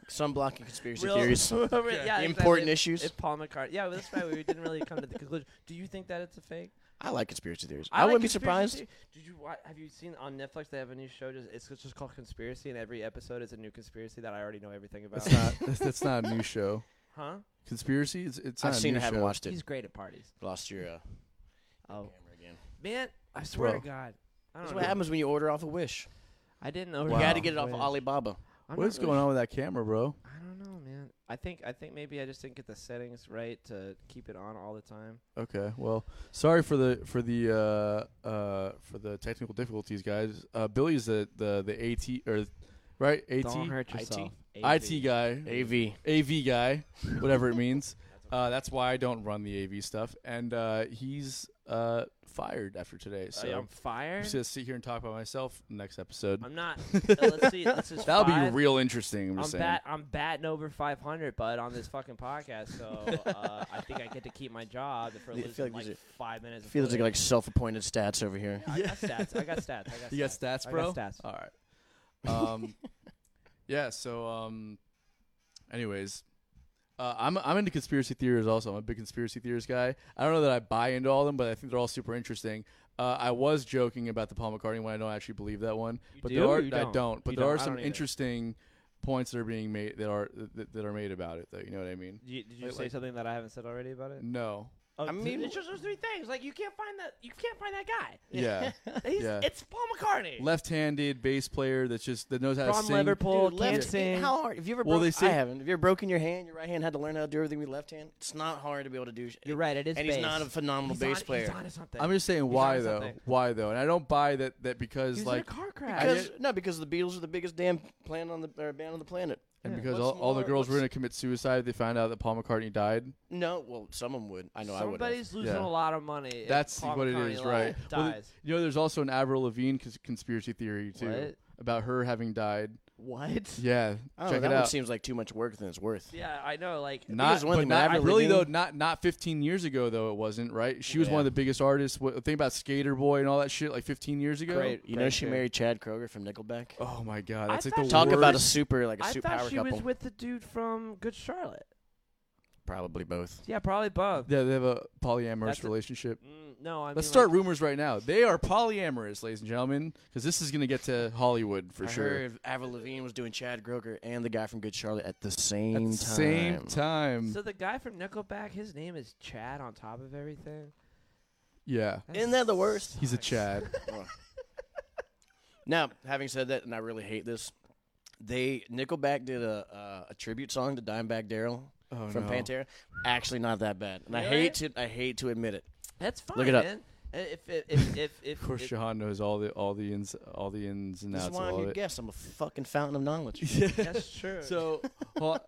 S2: Sunblock and conspiracy
S4: Real-
S2: theories.
S4: yeah,
S2: Important
S4: exactly.
S2: issues.
S4: If Paul McCartney, yeah, well, that's right. We didn't really come to the conclusion. Do you think that it's a fake?
S2: I like conspiracy theories.
S4: like
S2: I, wouldn't be
S4: conspiracy
S2: surprised.
S4: theory- Did you wa- have you seen on Netflix? They have a new show. Just it's just called Conspiracy, and every episode is a new conspiracy that I already know everything about.
S1: That's not that's, that's not a new show.
S4: huh?
S1: Conspiracy. It's, it's not
S2: I've
S1: a
S2: seen
S1: new
S2: it, haven't
S1: show.
S2: watched it.
S4: He's great at parties.
S2: Lost your uh,
S4: Oh
S2: camera again.
S4: man, I swear
S1: Bro.
S4: to God, I
S2: That's
S4: don't
S2: what
S4: know.
S2: happens when you order off a Wish.
S4: I didn't know.
S1: You Wow.
S2: You had to get it off of Alibaba.
S1: What is going on with that camera, bro?
S4: I don't know, man. I think I think maybe I just didn't get the settings right to keep it on all the time.
S1: Okay, well, sorry for the for the uh, uh, for the technical difficulties, guys. Uh, Billy's the the the AT or right AT
S4: Don't hurt
S2: IT?
S4: yourself.
S1: IT guy,
S2: AV.
S1: AV guy, whatever it means. Uh, that's why I don't run the AV stuff, and uh, he's uh, fired after today. So
S4: I'm
S1: I'm
S4: fired.
S1: just gonna sit here and talk about myself next episode.
S4: I'm not. uh, let's see. This is
S1: That'll
S4: five.
S1: be real interesting. I'm
S4: I'm
S1: just saying.
S4: bat. I'm batting over 500, bud, on this fucking podcast. So uh, I think I get to keep my job for
S2: I feel
S4: losing
S2: like
S4: like,
S2: these are-
S4: five minutes. of
S2: Feels like
S4: footage.
S2: like self-appointed stats over here.
S4: I got stats. I got stats. I got
S1: You got
S4: stats.
S1: stats,
S4: I
S1: bro.
S4: got stats.
S1: All right. Um, yeah. So, um, anyways, uh, I'm I'm into conspiracy theories. Also, I'm a big conspiracy theories guy. I don't know that I buy into all of them, but I think they're all super interesting. Uh, I was joking about the Paul McCartney one. I don't actually believe that one,
S4: You
S1: but
S4: do
S1: there
S4: or
S1: are
S4: you
S1: I
S4: don't?
S1: don't. But
S4: You
S1: there
S4: don't.
S1: are
S4: I
S1: some
S4: don't either.
S1: interesting points that are being made that are that, that are made about it, though. You know what I mean?
S4: Did you, did you
S1: Like-
S4: say
S1: like-
S4: something that I haven't said already about it?
S1: No.
S4: Oh,
S2: I mean-
S4: it's just those three things. Like you can't find that. You can't find that guy.
S1: Yeah.
S4: He's,
S1: Yeah.
S4: It's Paul McCartney.
S1: Left-handed bass player that's just that knows how to
S4: From
S1: sing.
S4: Liverpool,
S2: Dude,
S4: can't
S2: left,
S4: sing.
S2: How hard? Have you ever?
S1: Well,
S2: broke-
S1: they say-
S2: I haven't. Have you ever broken your hand? Your right hand had to learn how to do everything with your left hand. It's not hard to be able to do. sh-
S4: You're right. It is.
S2: And he's
S4: bass.
S2: not a phenomenal
S4: He's on-
S2: bass player.
S4: He's onto something.
S1: I'm just saying
S4: He's
S1: why
S4: onto
S1: though,
S4: something.
S1: why though, and I don't buy that that because
S4: He was
S1: like
S4: in a car
S1: I
S4: crash.
S1: Because-
S2: Because no, because the Beatles are the biggest damn plan on the or band on the planet.
S1: And
S4: Yeah.
S1: because all,
S2: What's
S1: all the
S2: more-
S1: girls were
S2: what's-
S1: going to commit suicide, they found out that Paul McCartney died.
S2: No, well, some of them would. I know I would.
S4: Somebody's losing
S1: Yeah.
S4: a lot of money. if
S1: That's
S4: Paul
S1: what it
S4: McCartney
S1: is,
S4: li-
S1: right? Well, th-
S4: Dies.
S1: You know, there's also an Avril Lavigne cons- conspiracy theory too
S4: What?
S1: about her having died.
S2: What?
S1: Yeah,
S2: I don't know,
S1: check
S2: Oh, that
S1: it
S2: one
S1: out.
S2: seems like too much work than it's worth.
S4: Yeah, I know. Like,
S1: not,
S2: there's one
S1: but
S2: thing with
S1: not
S2: Avril
S1: really though.
S2: Lavigne.
S1: Not not 15 years ago though. It wasn't right. She was
S2: Yeah.
S1: one of the biggest artists. What, think about Skater Boy and all that shit. Like 15 years ago.
S4: Great.
S2: You know, she
S4: shit.
S2: married Chad Kroger from Nickelback.
S1: Oh my god,
S4: I
S1: that's like
S4: thought
S1: the
S4: she-
S2: Talk about a
S1: worst.
S2: super like a
S4: I
S2: super
S4: thought
S2: power
S4: she
S2: couple.
S4: was with the dude from Good Charlotte.
S2: Probably both.
S4: Yeah, probably both.
S1: Yeah, they have a polyamorous
S4: That's a-
S1: relationship.
S4: Mm, no, I mean,
S1: Let's start
S4: like,
S1: rumors right now. They are polyamorous, ladies and gentlemen, because this is going to get to Hollywood for
S2: I
S1: sure.
S2: heard Avril Lavigne was doing Chad Kroger and the guy from Good Charlotte at the same
S1: At
S2: time.
S1: the same time.
S4: So the guy from Nickelback, his name is Chad. On top of everything,
S1: yeah.
S2: Isn't that the worst?
S1: He's a
S4: sucks.
S1: Chad.
S2: Now, having said that, and I really hate this, they Nickelback did a uh, a tribute song to Dimebag Daryl
S1: Oh,
S2: from
S1: no.
S2: Pantera. Actually, not that bad, and I
S4: Really?
S2: hate to I hate to admit it.
S4: That's fine.
S2: Look it up.
S4: Man. Uh, If if if if, if,
S1: Of course,
S4: if
S1: Shahan knows all the all the ins all the ins and
S2: This
S1: outs
S2: is
S1: of
S2: why I'm
S1: all
S2: your
S1: of it.
S2: guest. I'm a fucking fountain of knowledge.
S4: that's true.
S1: So, well,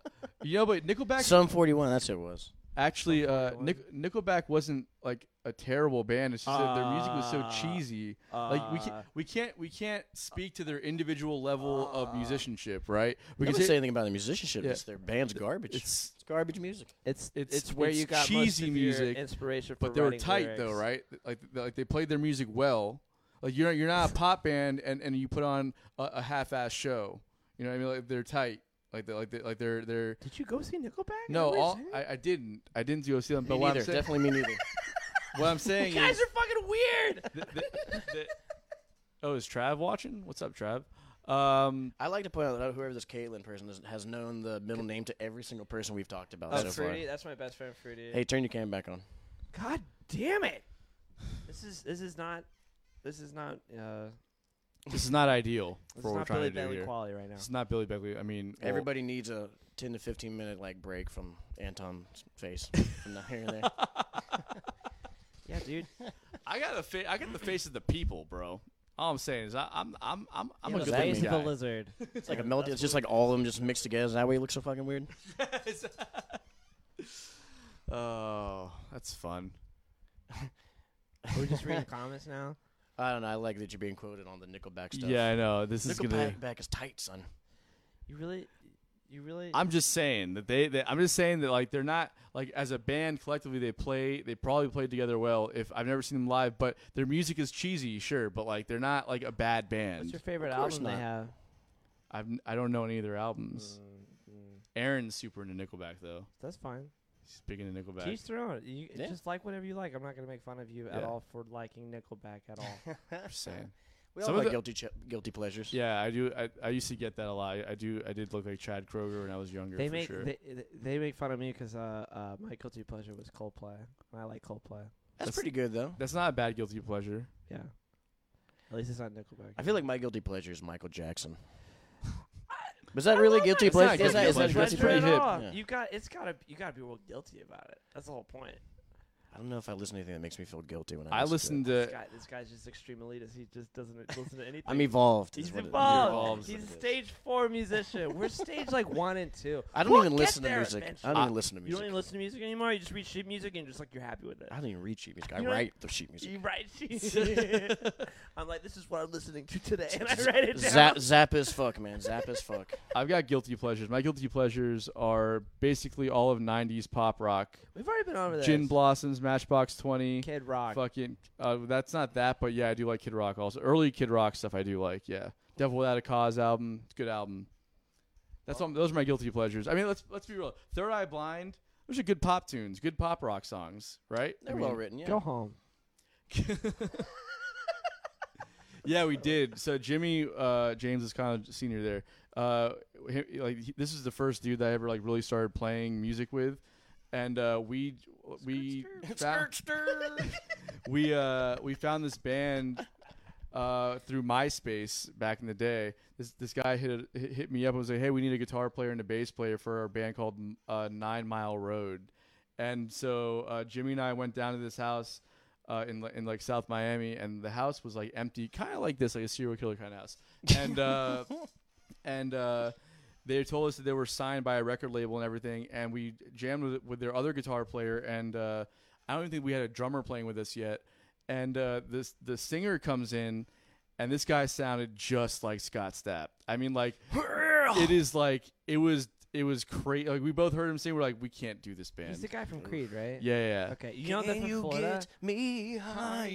S1: you know, but Nickelback
S2: Some 41. That's what it was.
S1: actually,
S2: Oh,
S1: uh,
S4: Something like
S1: Nick, Nickelback wasn't like a terrible band. It's just that their music was so
S2: Ah.
S4: Uh,
S1: cheesy. Like we can't, we can't we can't speak to their individual level of
S4: uh,
S1: musicianship, right? We
S2: We
S1: can
S2: can Ah. say anything about the musicianship.
S1: Yeah.
S2: It's their band's garbage. It's,
S1: it's
S2: garbage music.
S4: it's
S1: it's-
S4: it's, where
S1: it's
S4: you got
S1: cheesy
S4: most of your
S1: music,
S4: inspiration. For
S1: but they were
S4: writing
S1: tight
S4: lyrics.
S1: though, right? Like th- like they played their music well. Like you're you're not a pop band and, and you put on a, a half ass show. You know what I mean? Like they're tight. Like they like they like they're they're
S4: Did you go see Nickelback?
S1: no,
S4: Nobody's
S1: all,
S4: seen it?
S1: I, I didn't. I didn't go see them. But
S2: me
S1: what
S2: neither.
S1: I'm, saying,
S2: Definitely me neither.
S1: what I'm saying
S4: you guys
S1: is,
S4: are fucking weird.
S1: oh, is Trav watching? What's up, Trav? Um,
S2: I like to point out that whoever this Caitlin person is has known the middle name to every single person we've talked about
S4: Oh,
S2: so far.
S4: Fruity, that's my best friend, Fruity.
S2: Hey, turn your cam back on.
S4: God damn it! This is this is not this is not uh
S1: this is not ideal
S4: this
S1: for what
S4: is
S1: we're
S4: not
S1: trying
S4: Billy
S1: to do
S4: Bailey
S1: here.
S4: quality right now.
S1: It's not Billy Beckley. I mean, well,
S2: Everybody needs a 10 to 15 minute like break from Anton's face from now here and there.
S4: Yeah, dude.
S1: I got the fa- I got the face of the people, bro. All I'm saying is I, I'm I'm I'm I'm
S2: Yeah,
S1: a
S2: the
S1: good
S2: face
S1: looking guy.
S4: lizard.
S2: It's like a melt. It's just like all of them just mixed together. Is that why you look so fucking weird?
S1: Oh, that's fun.
S4: We're just reading comments now.
S2: I don't know. I like that you're being quoted on the Nickelback stuff.
S1: Yeah, I know. This is
S2: Nickelback
S1: gonna.
S2: back is tight, son.
S4: You really
S3: You really.
S1: I'm just saying that they, they. I'm just saying that like they're not like as a band collectively they play. They probably played together well. If I've never seen them live, but their music is cheesy, sure. But like they're not like a bad
S4: What's
S1: band.
S4: your favorite
S2: Of course
S4: album they
S2: not.
S4: have?
S1: I've n- I don't know any of their albums.
S4: Mm,
S1: Aaron's super into Nickelback though.
S4: That's fine.
S1: He's big into Nickelback.
S4: Teach their own. You
S2: Yeah.
S4: just like whatever you like. I'm not gonna make fun of you at
S1: Yeah.
S4: all for liking Nickelback at all.
S1: Just saying.
S2: we all
S1: Some of
S2: have
S1: the-
S2: guilty ch- guilty pleasures.
S1: Yeah, I do. I, I used to get that a lot. I, I do. I did look like Chad Kroger when I was younger.
S4: they
S1: for
S4: make
S1: sure.
S4: they, they make fun of me because uh, uh, my guilty pleasure was Coldplay. And I like Coldplay.
S2: That's,
S1: That's-
S2: pretty good though.
S1: That's not a bad guilty pleasure.
S4: Yeah. At least it's not Nickelback.
S2: I feel like my guilty pleasure is Michael Jackson. Was that really guilty
S1: It's not
S2: pleasure?
S1: guilty
S2: Is that, is that
S1: pleasure, it's
S2: guilty
S1: pretty
S2: pleasure?
S1: hip.
S2: Yeah.
S4: You got it's gotta you gotta be real guilty about it. That's the whole point.
S2: I don't know if I listen to anything that makes me feel guilty when
S1: I
S2: I, listen
S1: listened
S2: To
S1: to.
S4: This, guy, this guy's just extreme elitist. He just doesn't listen to anything.
S2: it. I'm evolved. is
S4: He's
S2: what it-
S4: involved.
S1: evolved.
S4: He's a stage four musician. We're stage like one and two.
S2: I don't
S4: We'll
S2: even
S4: get
S2: listen to
S4: there
S2: music. I
S4: eventually.
S2: don't
S1: I-
S2: even listen to
S4: You don't
S2: music.
S4: even listen to music anymore. You just read sheet music and just like you're happy with it.
S2: I don't even read sheet music. I
S4: You don't-
S2: write the sheet music.
S4: You write sheet. I'm like, this is what I'm listening to today, and I write it down.
S2: Zap, zap as fuck, man. Zap as fuck.
S1: I've got guilty pleasures. My guilty pleasures are basically all of '90s pop rock.
S4: We've already been over this.
S1: Gin Blossoms, Matchbox Twenty,
S4: Kid Rock.
S1: fucking. Uh, that's not that, but yeah, I do like Kid Rock also. Early Kid Rock stuff I do like. Yeah, Devil Without a Cause album, it's a good album. That's all, those are my guilty pleasures. I mean, let's let's be real. Third Eye Blind, those are good pop tunes, good pop rock songs, right? I
S2: They're
S1: mean-
S2: well written. Yeah.
S4: Go home.
S1: yeah, we did. So Jimmy uh, James is kind of senior there. Uh, he- like he- this is the first dude that I ever like really started playing music with, and uh, we we found, we uh, we found this band uh, through MySpace back in the day. This this guy hit a, hit- hit me up and was like, "Hey, we need a guitar player and a bass player for our band called uh, Nine Mile Road." And so uh, Jimmy and I went down to this house uh, in li- in like South Miami, and the house was like empty, kind of like this, like a serial killer kind of house. And uh, and uh, they told us that they were signed by a record label and everything. And we jammed with, with their other guitar player, and uh, I don't even think we had a drummer playing with us yet. And uh, this the singer comes in, and this guy sounded just like Scott Stapp. I mean, like it is like it was it was crazy. Like we both heard him sing, we're like, we can't do this band.
S4: He's the guy from Creed, right?
S1: yeah, yeah, yeah.
S4: Okay. You know that's
S2: Can
S4: from
S2: you
S4: Florida.
S2: get me higher?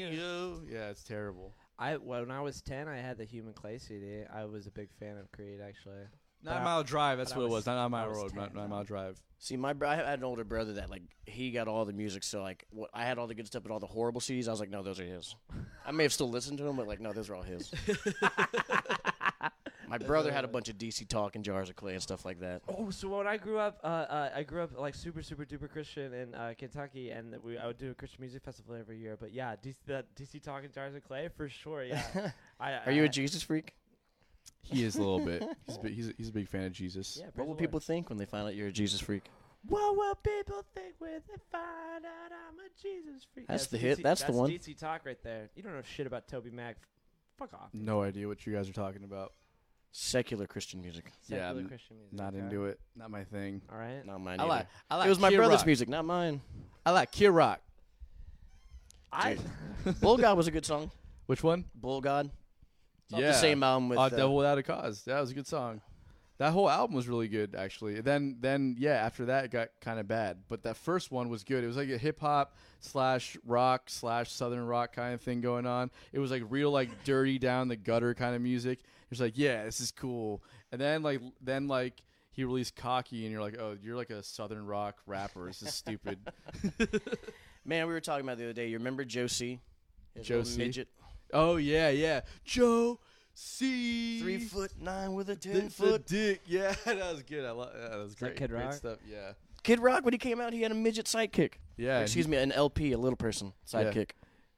S1: Yeah, it's terrible.
S4: I when I was ten, I had the Human Clay CD. I was a big fan of Creed, actually.
S1: Nine
S4: I-
S1: Mile Drive. That's
S4: but I
S1: what it
S4: was-
S1: was. Not Nine
S4: I
S1: Mile
S4: was
S1: Road.
S4: 10,
S1: Nine, nine
S4: though.
S1: Mile Drive.
S2: See, my bro, I had an older brother that like he got all the music, so like what I had all the good stuff, but all the horrible CDs, I was like, no, those are his. I may have still listened to them, but like, no, those are all his. my brother had a bunch of DC Talking Jars of Clay and stuff like that.
S4: Oh, so when I grew up, uh, uh, I grew up like super, super duper Christian in uh, Kentucky, and we I would do a Christian music festival every year. But yeah, DC, the DC Talking Jars of Clay for sure. Yeah. I,
S2: Are
S1: Uh,
S2: you a Jesus freak?
S1: He is a little bit. He's a, big- he's a, he's a big fan of Jesus.
S4: Yeah. praise the
S2: What will
S4: Lord.
S2: people think when they find out you're a Jesus freak?
S4: What will people think when they find out I'm a Jesus freak?
S2: That's the hit. That's the one.
S4: DC Talk right there. You don't know shit about Toby Mac. Fuck off.
S1: No idea what you guys are talking about.
S2: Secular Christian music.
S1: Yeah,
S4: Secular
S1: I'm
S4: Christian music.
S1: Not into it. Not my thing.
S4: All right.
S2: Not mine.
S1: I
S2: either.
S1: like. I like.
S2: it was my
S1: Kid
S2: brother's
S1: Rock.
S2: music, not mine.
S1: I like Kid Rock.
S4: I
S2: Dude. Bull God was a good song.
S1: Which one?
S2: Bull God. It's off The same album with
S1: uh,
S2: uh,
S1: Devil Without a Cause. That was a good song. That whole album was really good, actually. Then, then, yeah. After that, it got kind of bad. But that first one was good. It was like a hip hop slash rock slash southern rock kind of thing going on. It was like real, like dirty down the gutter kind of music. It was like, yeah, this is cool. And then, like, then like he released Cocky, and you're like, oh, you're like a southern rock rapper. This is stupid.
S2: Man, we were talking about the other day. You remember Josie? His
S1: Joe
S2: little
S1: C?
S2: midget,
S1: oh yeah, yeah. Joe C.
S2: three foot nine with a
S1: The-
S2: ten
S1: the
S2: foot.
S1: dick. Yeah, that was good. I love that. Was great.
S4: Kid
S1: great
S4: Rock?
S1: stuff. Yeah.
S2: Kid Rock, when he came out, he had a midget sidekick.
S1: Yeah,
S2: Excuse me, an LP, a little person
S1: Uh, Yeah.
S2: sidekick.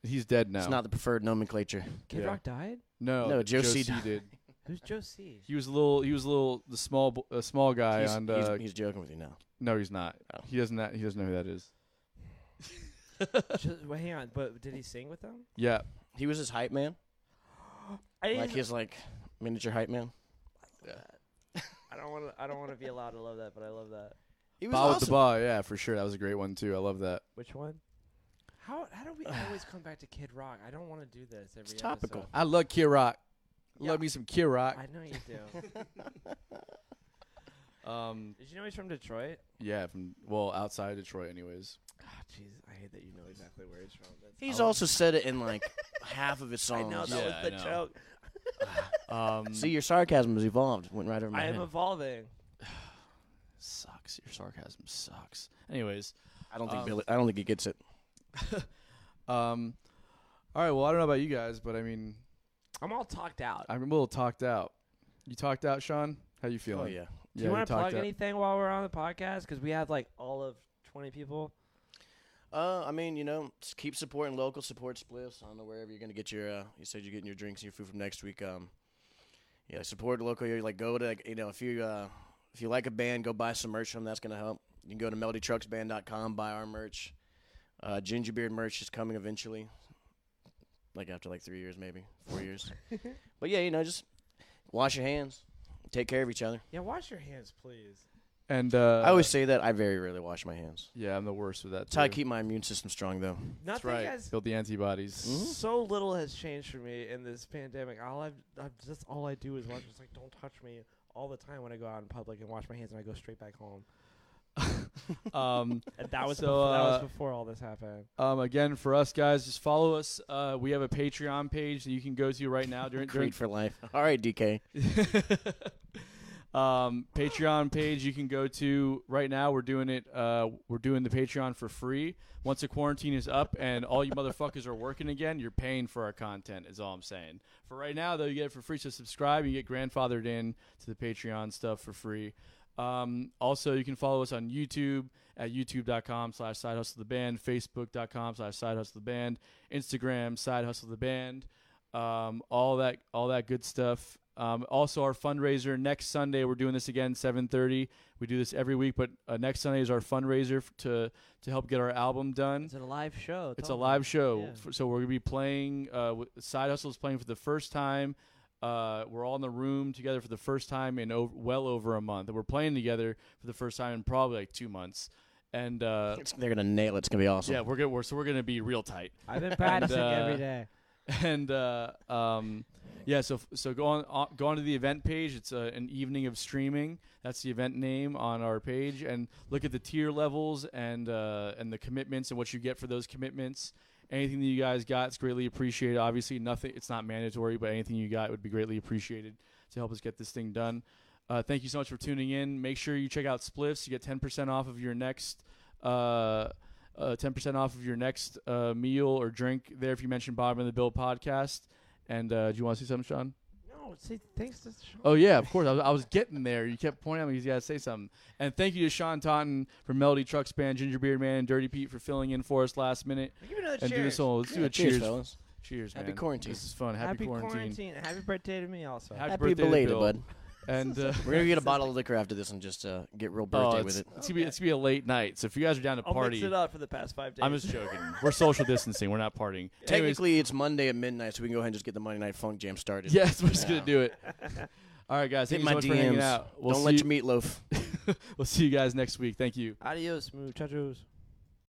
S1: he's dead now.
S2: It's not the preferred nomenclature.
S4: Kid
S1: Yeah.
S4: Rock died.
S1: no,
S2: No, Joe C died.
S1: did.
S4: Who's Joe C?
S1: He was a little. He was a little. The small, bo- uh, small guy
S2: He's,
S1: on.
S2: he's-
S1: Uh,
S2: he's joking with you now.
S1: no, he's not.
S2: Oh.
S1: He doesn't. He doesn't know who that is.
S4: Ju- Wait, hang on. But did he sing with them?
S1: Yeah,
S2: He was his hype man.
S4: I,
S2: Like his like miniature hype man.
S4: don't want to. I don't want to be allowed to love that, but I love that.
S2: He was
S1: Bow with the
S2: awesome.
S1: ball. Yeah, for sure. That was a great one too. I love that.
S4: Which one? How how do we always come back to Kid Rock? I don't want to do this every
S2: topical.
S4: episode.
S1: I love Kid Rock.
S4: Yeah.
S1: Love me some Kid Rock.
S4: I know you do.
S1: Um,
S3: Did you know he's from Detroit?
S1: yeah, from well outside Detroit, anyways.
S3: Ah, jeez, I hate that you know exactly where he's from. That's
S2: He's also said it in like half of his
S3: I
S2: songs.
S3: know that
S1: Yeah, I
S3: was the
S1: know.
S3: joke.
S1: Um,
S2: See, your sarcasm has evolved. Went right over my
S3: I
S2: head.
S3: am evolving.
S1: sucks. Your sarcasm sucks. Anyways,
S2: I don't think
S1: um,
S2: Billy. I don't think he gets it.
S1: um, all right. Well, I don't know about you guys, but I mean,
S4: I'm all talked out.
S1: I'm a little talked out. You talked out, Sean. How you feeling?
S2: Oh yeah.
S1: yeah
S4: Do you want to
S1: talked
S4: plug
S1: out.
S4: anything while we're on the podcast? Because we have like all of 20 people.
S2: Uh, I mean, you know, s- keep supporting local, support spliffs. I don't know wherever you're gonna get your. Uh, you said you're getting your drinks and your food from next week. Um, yeah, support local. You like go to like, you know if you uh if you like a band, go buy some merch from. 'em, That's gonna help. You can go to melodytrucksband.com, buy our merch. Uh, ginger beard merch is coming eventually, like after like three years, maybe four years. but yeah, you know, just wash your hands, take care of each other.
S3: Yeah, wash your hands, please.
S1: And uh,
S2: I always say that. I very rarely wash my hands.
S1: yeah, I'm the worst with that.
S2: That's how I
S1: too.
S2: keep my immune system strong, though.
S1: That's
S3: Nothing
S1: right.
S3: has
S1: Build the antibodies.
S4: Mm-hmm.
S3: so little has changed for me in this pandemic. All I've, I've just all I do is watch. It's like don't touch me all the time when I go out in public and wash my hands and I go straight back home.
S1: um,
S3: And that was
S1: So,
S3: before, that
S1: uh,
S3: was before all this happened.
S1: um, again, for us guys, just follow us. Uh, we have a Patreon page that you can go to right now during during
S2: Creed for life. All right, DK.
S1: um, Patreon page you can go to right now. We're doing it. Uh, we're doing the Patreon for free. Once the quarantine is up and all you motherfuckers are working again, you're paying for our content. Is all I'm saying. For right now, though, you get it for free. So subscribe. You get grandfathered in to the Patreon stuff for free. Um, also, you can follow us on YouTube at youtube.com slash side hustle the band, facebook.com slash side hustle the band, Instagram side hustle the band, um, all that all that good stuff. Um, also, our fundraiser next Sunday. We're doing this again, 7:30. We do this every week, but uh, next Sunday is our fundraiser f- to to help get our album done.
S4: It's a live show.
S1: It's a
S4: Tell 'em.
S1: live show,
S4: Yeah.
S1: F- so we're gonna be playing. Uh, w- Side Hustle is playing for the first time. Uh, we're all in the room together for the first time in o- well over a month. And We're playing together for the first time in probably like two months, and uh,
S2: It's- they're gonna nail it. It's gonna be awesome.
S1: yeah, we're gonna we're, so we're gonna be real tight.
S4: I've been practicing
S1: uh,
S4: every day.
S1: and uh, um, yeah, so so go on, on go on to the event page. It's uh, an evening of streaming. That's the event name on our page, and look at the tier levels and uh, and the commitments and what you get for those commitments. Anything that you guys got is greatly appreciated. Obviously, nothing. It's not mandatory, but anything you got would be greatly appreciated to help us get this thing done. Uh, thank you so much for tuning in. Make sure you check out Spliffs. You get ten percent off of your next. Uh, uh, 10% off of your next uh, meal or drink there if you mention Bob and the Bill podcast. And uh, do you want to say something, Sean?
S3: No, say thanks to Sean.
S1: Oh, yeah, of course. I was, I was getting there. You kept pointing at me. You got to say something. And thank you to Sean Totten from Melody Trucks Band, Ginger Beard Man, and Dirty Pete for filling in for us last minute.
S3: Give me another
S1: And do
S3: cheers.
S1: this whole. Let's do
S2: Yeah,
S1: a cheers. Cheers,
S2: fellas. Happy
S1: man.
S2: quarantine.
S1: This is fun. Happy,
S3: Happy
S1: quarantine.
S3: Happy birthday to me also.
S1: Happy,
S2: Happy
S1: birthday to
S2: belated,
S1: Bill.
S2: bud.
S1: And uh,
S2: We're gonna get a bottle of liquor after this and just uh, get real
S1: oh,
S2: birthday
S1: it's,
S2: with it.
S1: it's gonna be, it's gonna be a late night. So if you guys are down to
S3: I'll mix
S1: party,
S3: it up for the past five days.
S1: I'm just joking. We're social distancing. We're not partying. Anyways,
S2: Technically, it's Monday at midnight, so we can go ahead and just get the Monday Night Funk Jam started.
S1: Yes, we're just
S2: Yeah.
S1: gonna do it. All right, guys.
S2: Hit
S1: Thank you
S2: my
S1: so much for hanging
S2: DMs.
S1: out. We'll
S2: Don't
S1: see
S2: let
S1: you-
S2: your meatloaf.
S1: we'll see you guys next week. Thank you.
S4: Adios, muchachos.